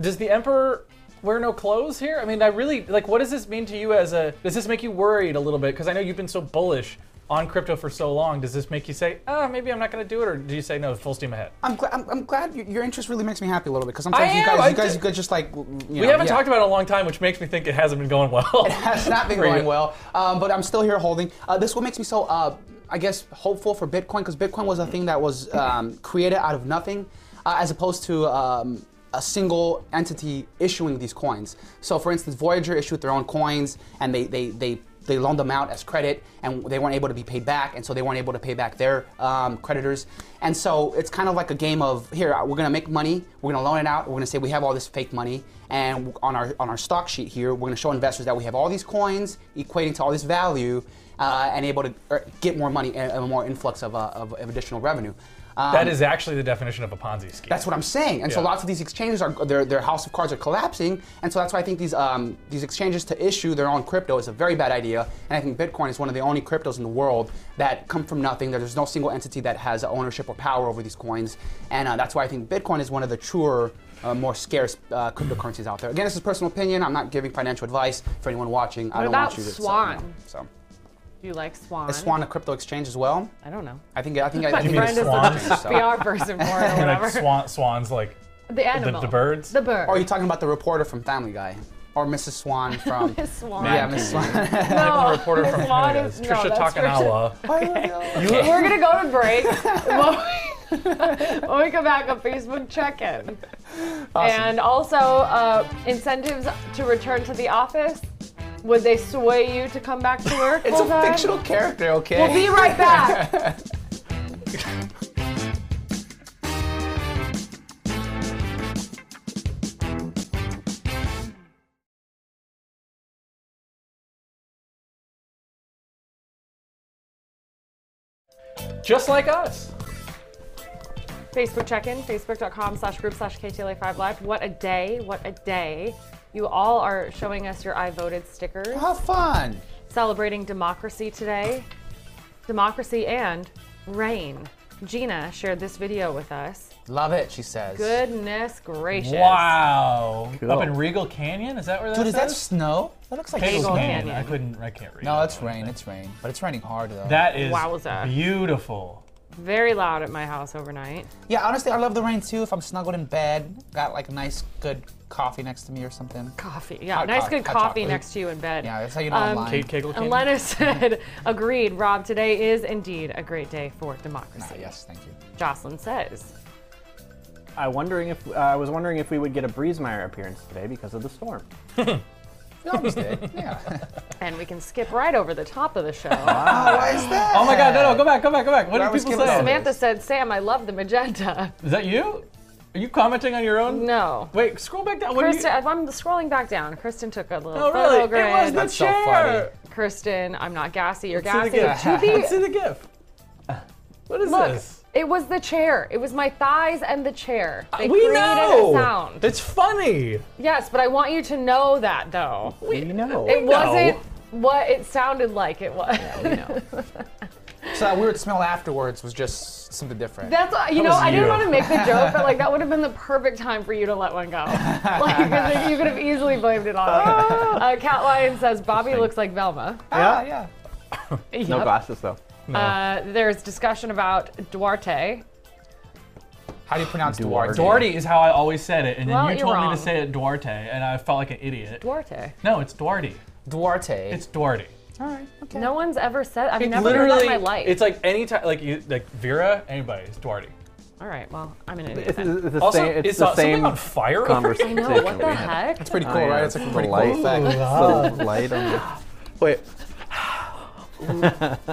Speaker 1: does the emperor wear no clothes here? I mean, I really like. What does this mean to you as a? Does this make you worried a little bit? Because I know you've been so bullish on crypto for so long. Does this make you say, "Ah, maybe I'm not going to do it," or do you say, "No, full steam ahead"?
Speaker 4: I'm, gl- I'm, I'm glad y- your interest really makes me happy a little bit because sometimes
Speaker 1: I
Speaker 4: you
Speaker 1: am,
Speaker 4: guys,
Speaker 1: I
Speaker 4: you guys,
Speaker 1: ju-
Speaker 4: you guys just like you know,
Speaker 1: we haven't
Speaker 4: yeah.
Speaker 1: talked about it in a long time, which makes me think it hasn't been going well. It
Speaker 4: has not been going well, um, but I'm still here holding. Uh, this what makes me so, uh, I guess, hopeful for Bitcoin because Bitcoin was a thing that was um, created out of nothing, uh, as opposed to um, a single entity issuing these coins. So, for instance, Voyager issued their own coins, and they they they. They loaned them out as credit, and they weren't able to be paid back, and so they weren't able to pay back their um, creditors. And so it's kind of like a game of here, we're gonna make money, we're gonna loan it out, we're gonna say we have all this fake money, and on our on our stock sheet here, we're gonna show investors that we have all these coins equating to all this value, uh, and able to er, get more money and and a more influx of, uh, of, of additional revenue. Um,
Speaker 1: that is actually the definition of a Ponzi scheme.
Speaker 4: that's what I'm saying. And so
Speaker 1: Yeah.
Speaker 4: lots of these exchanges are their their house of cards are collapsing, and so that's why I think these um, these exchanges to issue their own crypto is a very bad idea. And I think Bitcoin is one of the only cryptos in the world that come from nothing. There's no single entity that has ownership or power over these coins, and uh, that's why I think Bitcoin is one of the truer. Uh, more scarce uh, cryptocurrencies out there. Again, this is personal opinion. I'm not giving financial advice for anyone watching. I
Speaker 2: What
Speaker 4: don't
Speaker 2: about
Speaker 4: want you to. so,
Speaker 2: Swan?
Speaker 4: no, So,
Speaker 2: Do you like Swan?
Speaker 4: is Swan a crypto exchange as well?
Speaker 2: I don't know.
Speaker 4: I think I think I,
Speaker 2: My
Speaker 4: I think
Speaker 2: friend
Speaker 4: it's
Speaker 2: is
Speaker 4: Swan.
Speaker 2: the
Speaker 4: exchange, so.
Speaker 2: PR person for it or
Speaker 1: Like
Speaker 2: whatever.
Speaker 1: swan, swans, like
Speaker 2: The animal.
Speaker 1: the birds.
Speaker 2: The bird.
Speaker 4: Oh, you're talking about the reporter from Family Guy. or Mrs. Swan from.
Speaker 2: Miss Swan.
Speaker 4: Yeah, Miss Swan.
Speaker 1: No, a reporter
Speaker 2: Miss
Speaker 1: from
Speaker 2: Swan
Speaker 1: Canada.
Speaker 2: is-
Speaker 1: It's
Speaker 2: no,
Speaker 1: Trisha
Speaker 2: that's
Speaker 1: Takanawa.
Speaker 2: Oh, We're gonna go to break. when we- when we come back, a Facebook check-in, and also uh, incentives to return to the office. Would they sway you to come back to work?
Speaker 4: It's a
Speaker 2: Bullseye?
Speaker 4: fictional character, okay?
Speaker 2: We'll be right back.
Speaker 1: Just like us.
Speaker 2: Facebook check-in, facebook.com slash group slash KTLA5Live. What a day, what a day. You all are showing us your I voted stickers.
Speaker 4: How fun.
Speaker 2: Celebrating democracy today. Democracy and rain. Gina shared this video with us.
Speaker 4: Love it, she says.
Speaker 2: Goodness gracious.
Speaker 1: Wow.
Speaker 4: Cool.
Speaker 1: Up in Regal Canyon? Is that where that
Speaker 4: Dude, is that
Speaker 1: is?
Speaker 4: snow? That looks like
Speaker 1: Regal
Speaker 4: snow.
Speaker 1: Canyon. I couldn't. I can't read.
Speaker 4: No, it's rain. It's rain. But it's raining hard though.
Speaker 1: That is
Speaker 2: Wowza.
Speaker 1: beautiful.
Speaker 2: Very loud at my house overnight.
Speaker 4: Yeah, honestly, I love the rain too. If I'm snuggled in bed, got like a nice good coffee next to me or something.
Speaker 2: Coffee. Yeah, nice good coffee next to you in bed.
Speaker 4: Yeah, that's how you know
Speaker 2: Um,
Speaker 4: I'm lying.
Speaker 2: and Lena said, agreed, Rob, today is indeed a great day for democracy.
Speaker 4: yes, thank you.
Speaker 2: Jocelyn says.
Speaker 3: I wondering if uh, I was wondering if we would get a Breezemeyer appearance today because of the storm.
Speaker 2: And we can skip right over the top of the show.
Speaker 4: why is that?
Speaker 1: Oh my God! No, no, go back, go back, go back. What did people say?
Speaker 2: Samantha said, Sam, I love the magenta.
Speaker 1: Is that you? Are you commenting on your own?
Speaker 2: No.
Speaker 1: Wait, scroll back down. What are you?
Speaker 2: Kristen, I'm scrolling back down. Kristen took a little
Speaker 1: Oh, really?
Speaker 2: photo grid.
Speaker 1: It was the That's so chair.
Speaker 2: Kristen, I'm not gassy. You're
Speaker 1: Let's see
Speaker 2: gassy.
Speaker 1: the gift.
Speaker 2: To be-
Speaker 1: Let's see the gift. What is
Speaker 2: Look,
Speaker 1: this?
Speaker 2: it was the chair. It was my thighs and the chair. They
Speaker 1: Uh, we
Speaker 2: created
Speaker 1: know.
Speaker 2: a sound.
Speaker 1: It's funny.
Speaker 2: Yes, but I want you to know that though.
Speaker 3: We know.
Speaker 2: it
Speaker 1: we
Speaker 2: wasn't
Speaker 1: know.
Speaker 2: what it sounded like it was.
Speaker 4: So uh, that weird smell afterwards was just something different.
Speaker 2: That's uh, you know I didn't want to make the joke, but like that would have been the perfect time for you to let one go. Like 'cause, like, you could have easily blamed it on me. Uh, Cat Lion says Bobby looks like Velma.
Speaker 3: Ah,
Speaker 4: yeah.
Speaker 3: No
Speaker 2: Yep.
Speaker 3: glasses though.
Speaker 2: Uh, there's discussion about Duarte.
Speaker 4: How do you pronounce
Speaker 1: Duarte?
Speaker 4: Duarte?
Speaker 1: Duarte is how I always said it, and then
Speaker 2: Well,
Speaker 1: you
Speaker 2: you're
Speaker 1: told me
Speaker 2: wrong.
Speaker 1: to say it Duarte, and I felt like an idiot.
Speaker 2: Duarte.
Speaker 1: No, it's Duarte.
Speaker 4: Duarte.
Speaker 1: It's Duarte.
Speaker 2: All right. Okay. No one's ever said. I've never heard
Speaker 1: Literally,
Speaker 2: that in my life.
Speaker 1: it's like any time, like you, like Vera, anybody, it's Duarte.
Speaker 2: All right. Well, I'm an idiot.
Speaker 3: It's,
Speaker 2: then.
Speaker 3: it's the
Speaker 1: Also,
Speaker 3: same. It's
Speaker 1: is,
Speaker 3: the
Speaker 1: uh, something
Speaker 3: same
Speaker 1: on fire over here?
Speaker 3: Conversation.
Speaker 2: I know, what the
Speaker 3: we had.
Speaker 2: heck? It's
Speaker 4: pretty
Speaker 3: Oh,
Speaker 4: cool,
Speaker 3: yeah,
Speaker 4: right? It's like a
Speaker 3: the
Speaker 4: pretty
Speaker 3: light.
Speaker 4: cool effect.
Speaker 3: It's the light on the- Wait,
Speaker 2: Oh,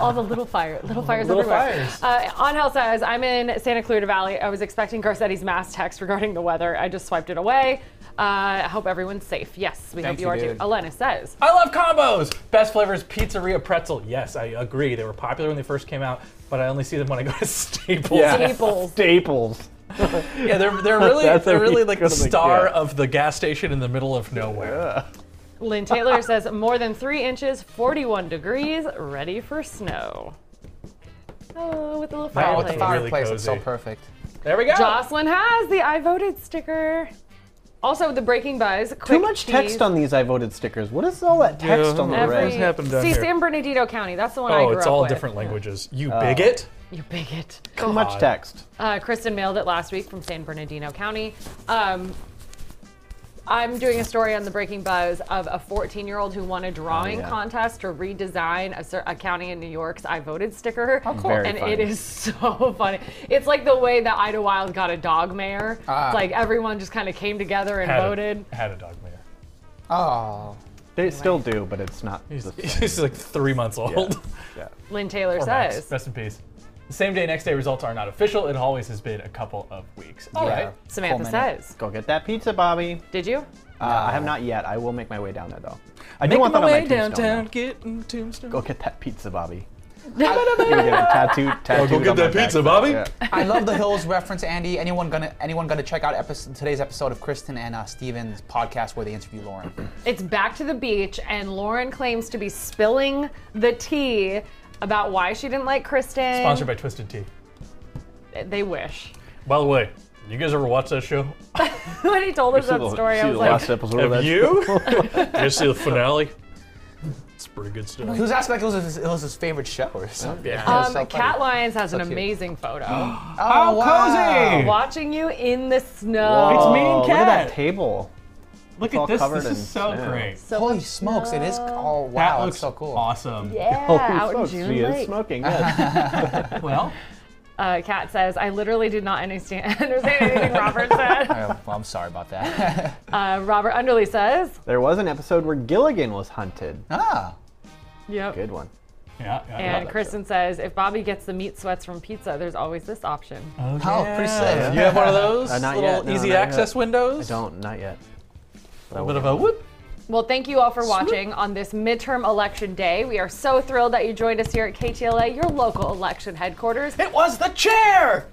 Speaker 2: all the little fire, little fires
Speaker 1: Little
Speaker 2: everywhere.
Speaker 1: fires.
Speaker 2: Uh, Angel says, I'm in Santa Clarita Valley. I was expecting Garcetti's mass text regarding the weather. I just swiped it away. Uh, I hope everyone's safe. Yes, we
Speaker 1: Thank
Speaker 2: hope you,
Speaker 1: you,
Speaker 2: are
Speaker 1: dude.
Speaker 2: too. Elena says,
Speaker 1: I love combos. Best flavors, pizzeria pretzel. Yes, I agree. They were popular when they first came out, but I only see them when I go to Staples.
Speaker 2: Staples.
Speaker 3: Staples.
Speaker 1: Yeah, they're they're really
Speaker 3: That's
Speaker 1: they're
Speaker 3: what
Speaker 1: really
Speaker 3: you
Speaker 1: like the
Speaker 3: gotta look
Speaker 1: star
Speaker 3: at.
Speaker 1: of the gas station in the middle of nowhere.
Speaker 2: Lynn Taylor says, more than three inches, 41 degrees, ready for snow. Oh, with a little
Speaker 1: Wow,
Speaker 2: fireplace.
Speaker 1: with the
Speaker 4: Fireplace,
Speaker 1: Really
Speaker 4: it's so
Speaker 1: cozy.
Speaker 4: perfect.
Speaker 1: There we go.
Speaker 2: Jocelyn has the I voted sticker. Also, the breaking buzz.
Speaker 3: Too much text on these I voted stickers. What is all that text on the
Speaker 2: every,
Speaker 3: red?
Speaker 2: See, San Bernardino County. That's the one I
Speaker 1: Oh,
Speaker 2: grew
Speaker 1: it's
Speaker 2: up
Speaker 1: all
Speaker 2: with.
Speaker 1: different languages. You
Speaker 3: Oh.
Speaker 1: bigot.
Speaker 2: You bigot.
Speaker 3: Too much
Speaker 1: God.
Speaker 3: text.
Speaker 2: Uh, Kristen mailed it last week from San Bernardino County. Um, I'm doing a story on the breaking buzz of a 14 year old who won a drawing
Speaker 3: Oh, yeah.
Speaker 2: contest to redesign a, cer- a county in New York's I voted sticker. Oh,
Speaker 3: cool. Very
Speaker 2: and
Speaker 3: funny.
Speaker 2: it is so funny. It's like the way that Ida Wild got a dog mayor.
Speaker 4: Ah.
Speaker 2: It's like everyone just kind of came together and
Speaker 1: Had a-
Speaker 2: voted.
Speaker 1: had a dog mayor.
Speaker 4: Oh.
Speaker 3: They still do, but it's not. the same.
Speaker 1: He's like three months old.
Speaker 3: Yeah.
Speaker 2: Lynn Taylor
Speaker 1: Or Max.
Speaker 2: says.
Speaker 1: Rest in peace. The same day, next day results are not official. It always has been a couple of weeks.
Speaker 2: Oh.
Speaker 1: All right.
Speaker 2: Samantha
Speaker 3: Cool minute.
Speaker 2: says.
Speaker 3: Go get that pizza, Bobby.
Speaker 2: Did you?
Speaker 3: Uh, I have not yet. I will make my way down there though. I do
Speaker 1: Making
Speaker 3: want that
Speaker 1: my
Speaker 3: on
Speaker 1: way
Speaker 3: my tombstone.
Speaker 1: downtown,
Speaker 3: though.
Speaker 1: getting tombstone.
Speaker 3: Go get that pizza, Bobby. You're getting tattooed, tattooed
Speaker 1: get
Speaker 3: on my
Speaker 1: that pizza,
Speaker 3: back.
Speaker 1: Bobby.
Speaker 3: Yeah.
Speaker 4: I love the Hills reference, Andy. Anyone gonna anyone gonna check out episode, today's episode of Kristen and uh, Steven's podcast where they interview Lauren?
Speaker 2: It's back to the beach, and Lauren claims to be spilling the tea about why she didn't like Kristen.
Speaker 1: Sponsored by Twisted Tea.
Speaker 2: They wish.
Speaker 1: By the way, you guys ever watch that show?
Speaker 2: when he told us
Speaker 3: See
Speaker 2: that
Speaker 3: the-
Speaker 2: story,
Speaker 3: see
Speaker 2: I
Speaker 3: the
Speaker 2: was
Speaker 3: last
Speaker 2: like,
Speaker 3: episode of
Speaker 1: Have
Speaker 3: that
Speaker 1: you? Did you see the finale? It's pretty good
Speaker 2: Oh
Speaker 1: stuff.
Speaker 4: He was asking like it was his, it was his favorite show or something.
Speaker 1: Yeah.
Speaker 4: It was
Speaker 2: um,
Speaker 4: so funny.
Speaker 2: Cat Lions has
Speaker 4: So
Speaker 2: an
Speaker 4: cute.
Speaker 2: amazing photo.
Speaker 4: Oh, wow.
Speaker 1: cozy!
Speaker 2: Watching you in the snow.
Speaker 1: me and
Speaker 3: Oh, Look at
Speaker 1: Kat.
Speaker 3: that table.
Speaker 1: Look
Speaker 3: it's
Speaker 1: at
Speaker 3: all
Speaker 1: this.
Speaker 3: covered
Speaker 1: This is
Speaker 3: in
Speaker 1: so
Speaker 3: snow.
Speaker 1: great.
Speaker 4: Holy smokes, it is. Oh, wow.
Speaker 1: that
Speaker 4: it's
Speaker 1: looks
Speaker 4: so cool.
Speaker 1: awesome.
Speaker 2: Yeah,
Speaker 3: Holy
Speaker 2: out
Speaker 3: smokes,
Speaker 2: in June
Speaker 3: she is
Speaker 2: late.
Speaker 3: smoking. Yes.
Speaker 1: well,
Speaker 2: Uh, Kat says, I literally did not understand, understand anything Robert said.
Speaker 4: well, I'm sorry about that.
Speaker 2: Uh, Robert Underly says,
Speaker 3: there was an episode where Gilligan was hunted.
Speaker 4: Ah,
Speaker 2: yep.
Speaker 3: good one.
Speaker 1: Yeah. yeah.
Speaker 3: love
Speaker 2: And
Speaker 3: that
Speaker 2: Kristen says, if Bobby gets the meat sweats from pizza, there's always this option.
Speaker 1: Oh,
Speaker 4: Oh, pretty sick.
Speaker 1: You have one of those
Speaker 3: Uh, not
Speaker 1: little
Speaker 3: yet. No,
Speaker 1: easy
Speaker 3: not yet.
Speaker 1: access windows.
Speaker 3: I don't, not yet.
Speaker 1: A little bit of a whoop.
Speaker 2: Well, thank you all for watching on this midterm election day. We are so thrilled that you joined us here at KTLA, your local election headquarters.
Speaker 1: It was the chair.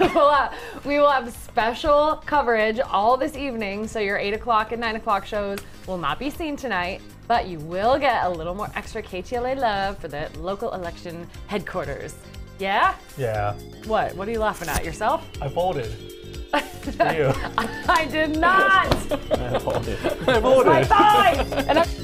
Speaker 2: we'll, uh, we will have special coverage all this evening, so your 8 o'clock and 9 o'clock shows will not be seen tonight, but you will get a little more extra KTLA love for the local election headquarters. Yeah?
Speaker 1: Yeah.
Speaker 2: What? What are you laughing at? Yourself?
Speaker 1: I folded. It's for you.
Speaker 2: I did not!
Speaker 1: I voted.
Speaker 2: My thigh! And I-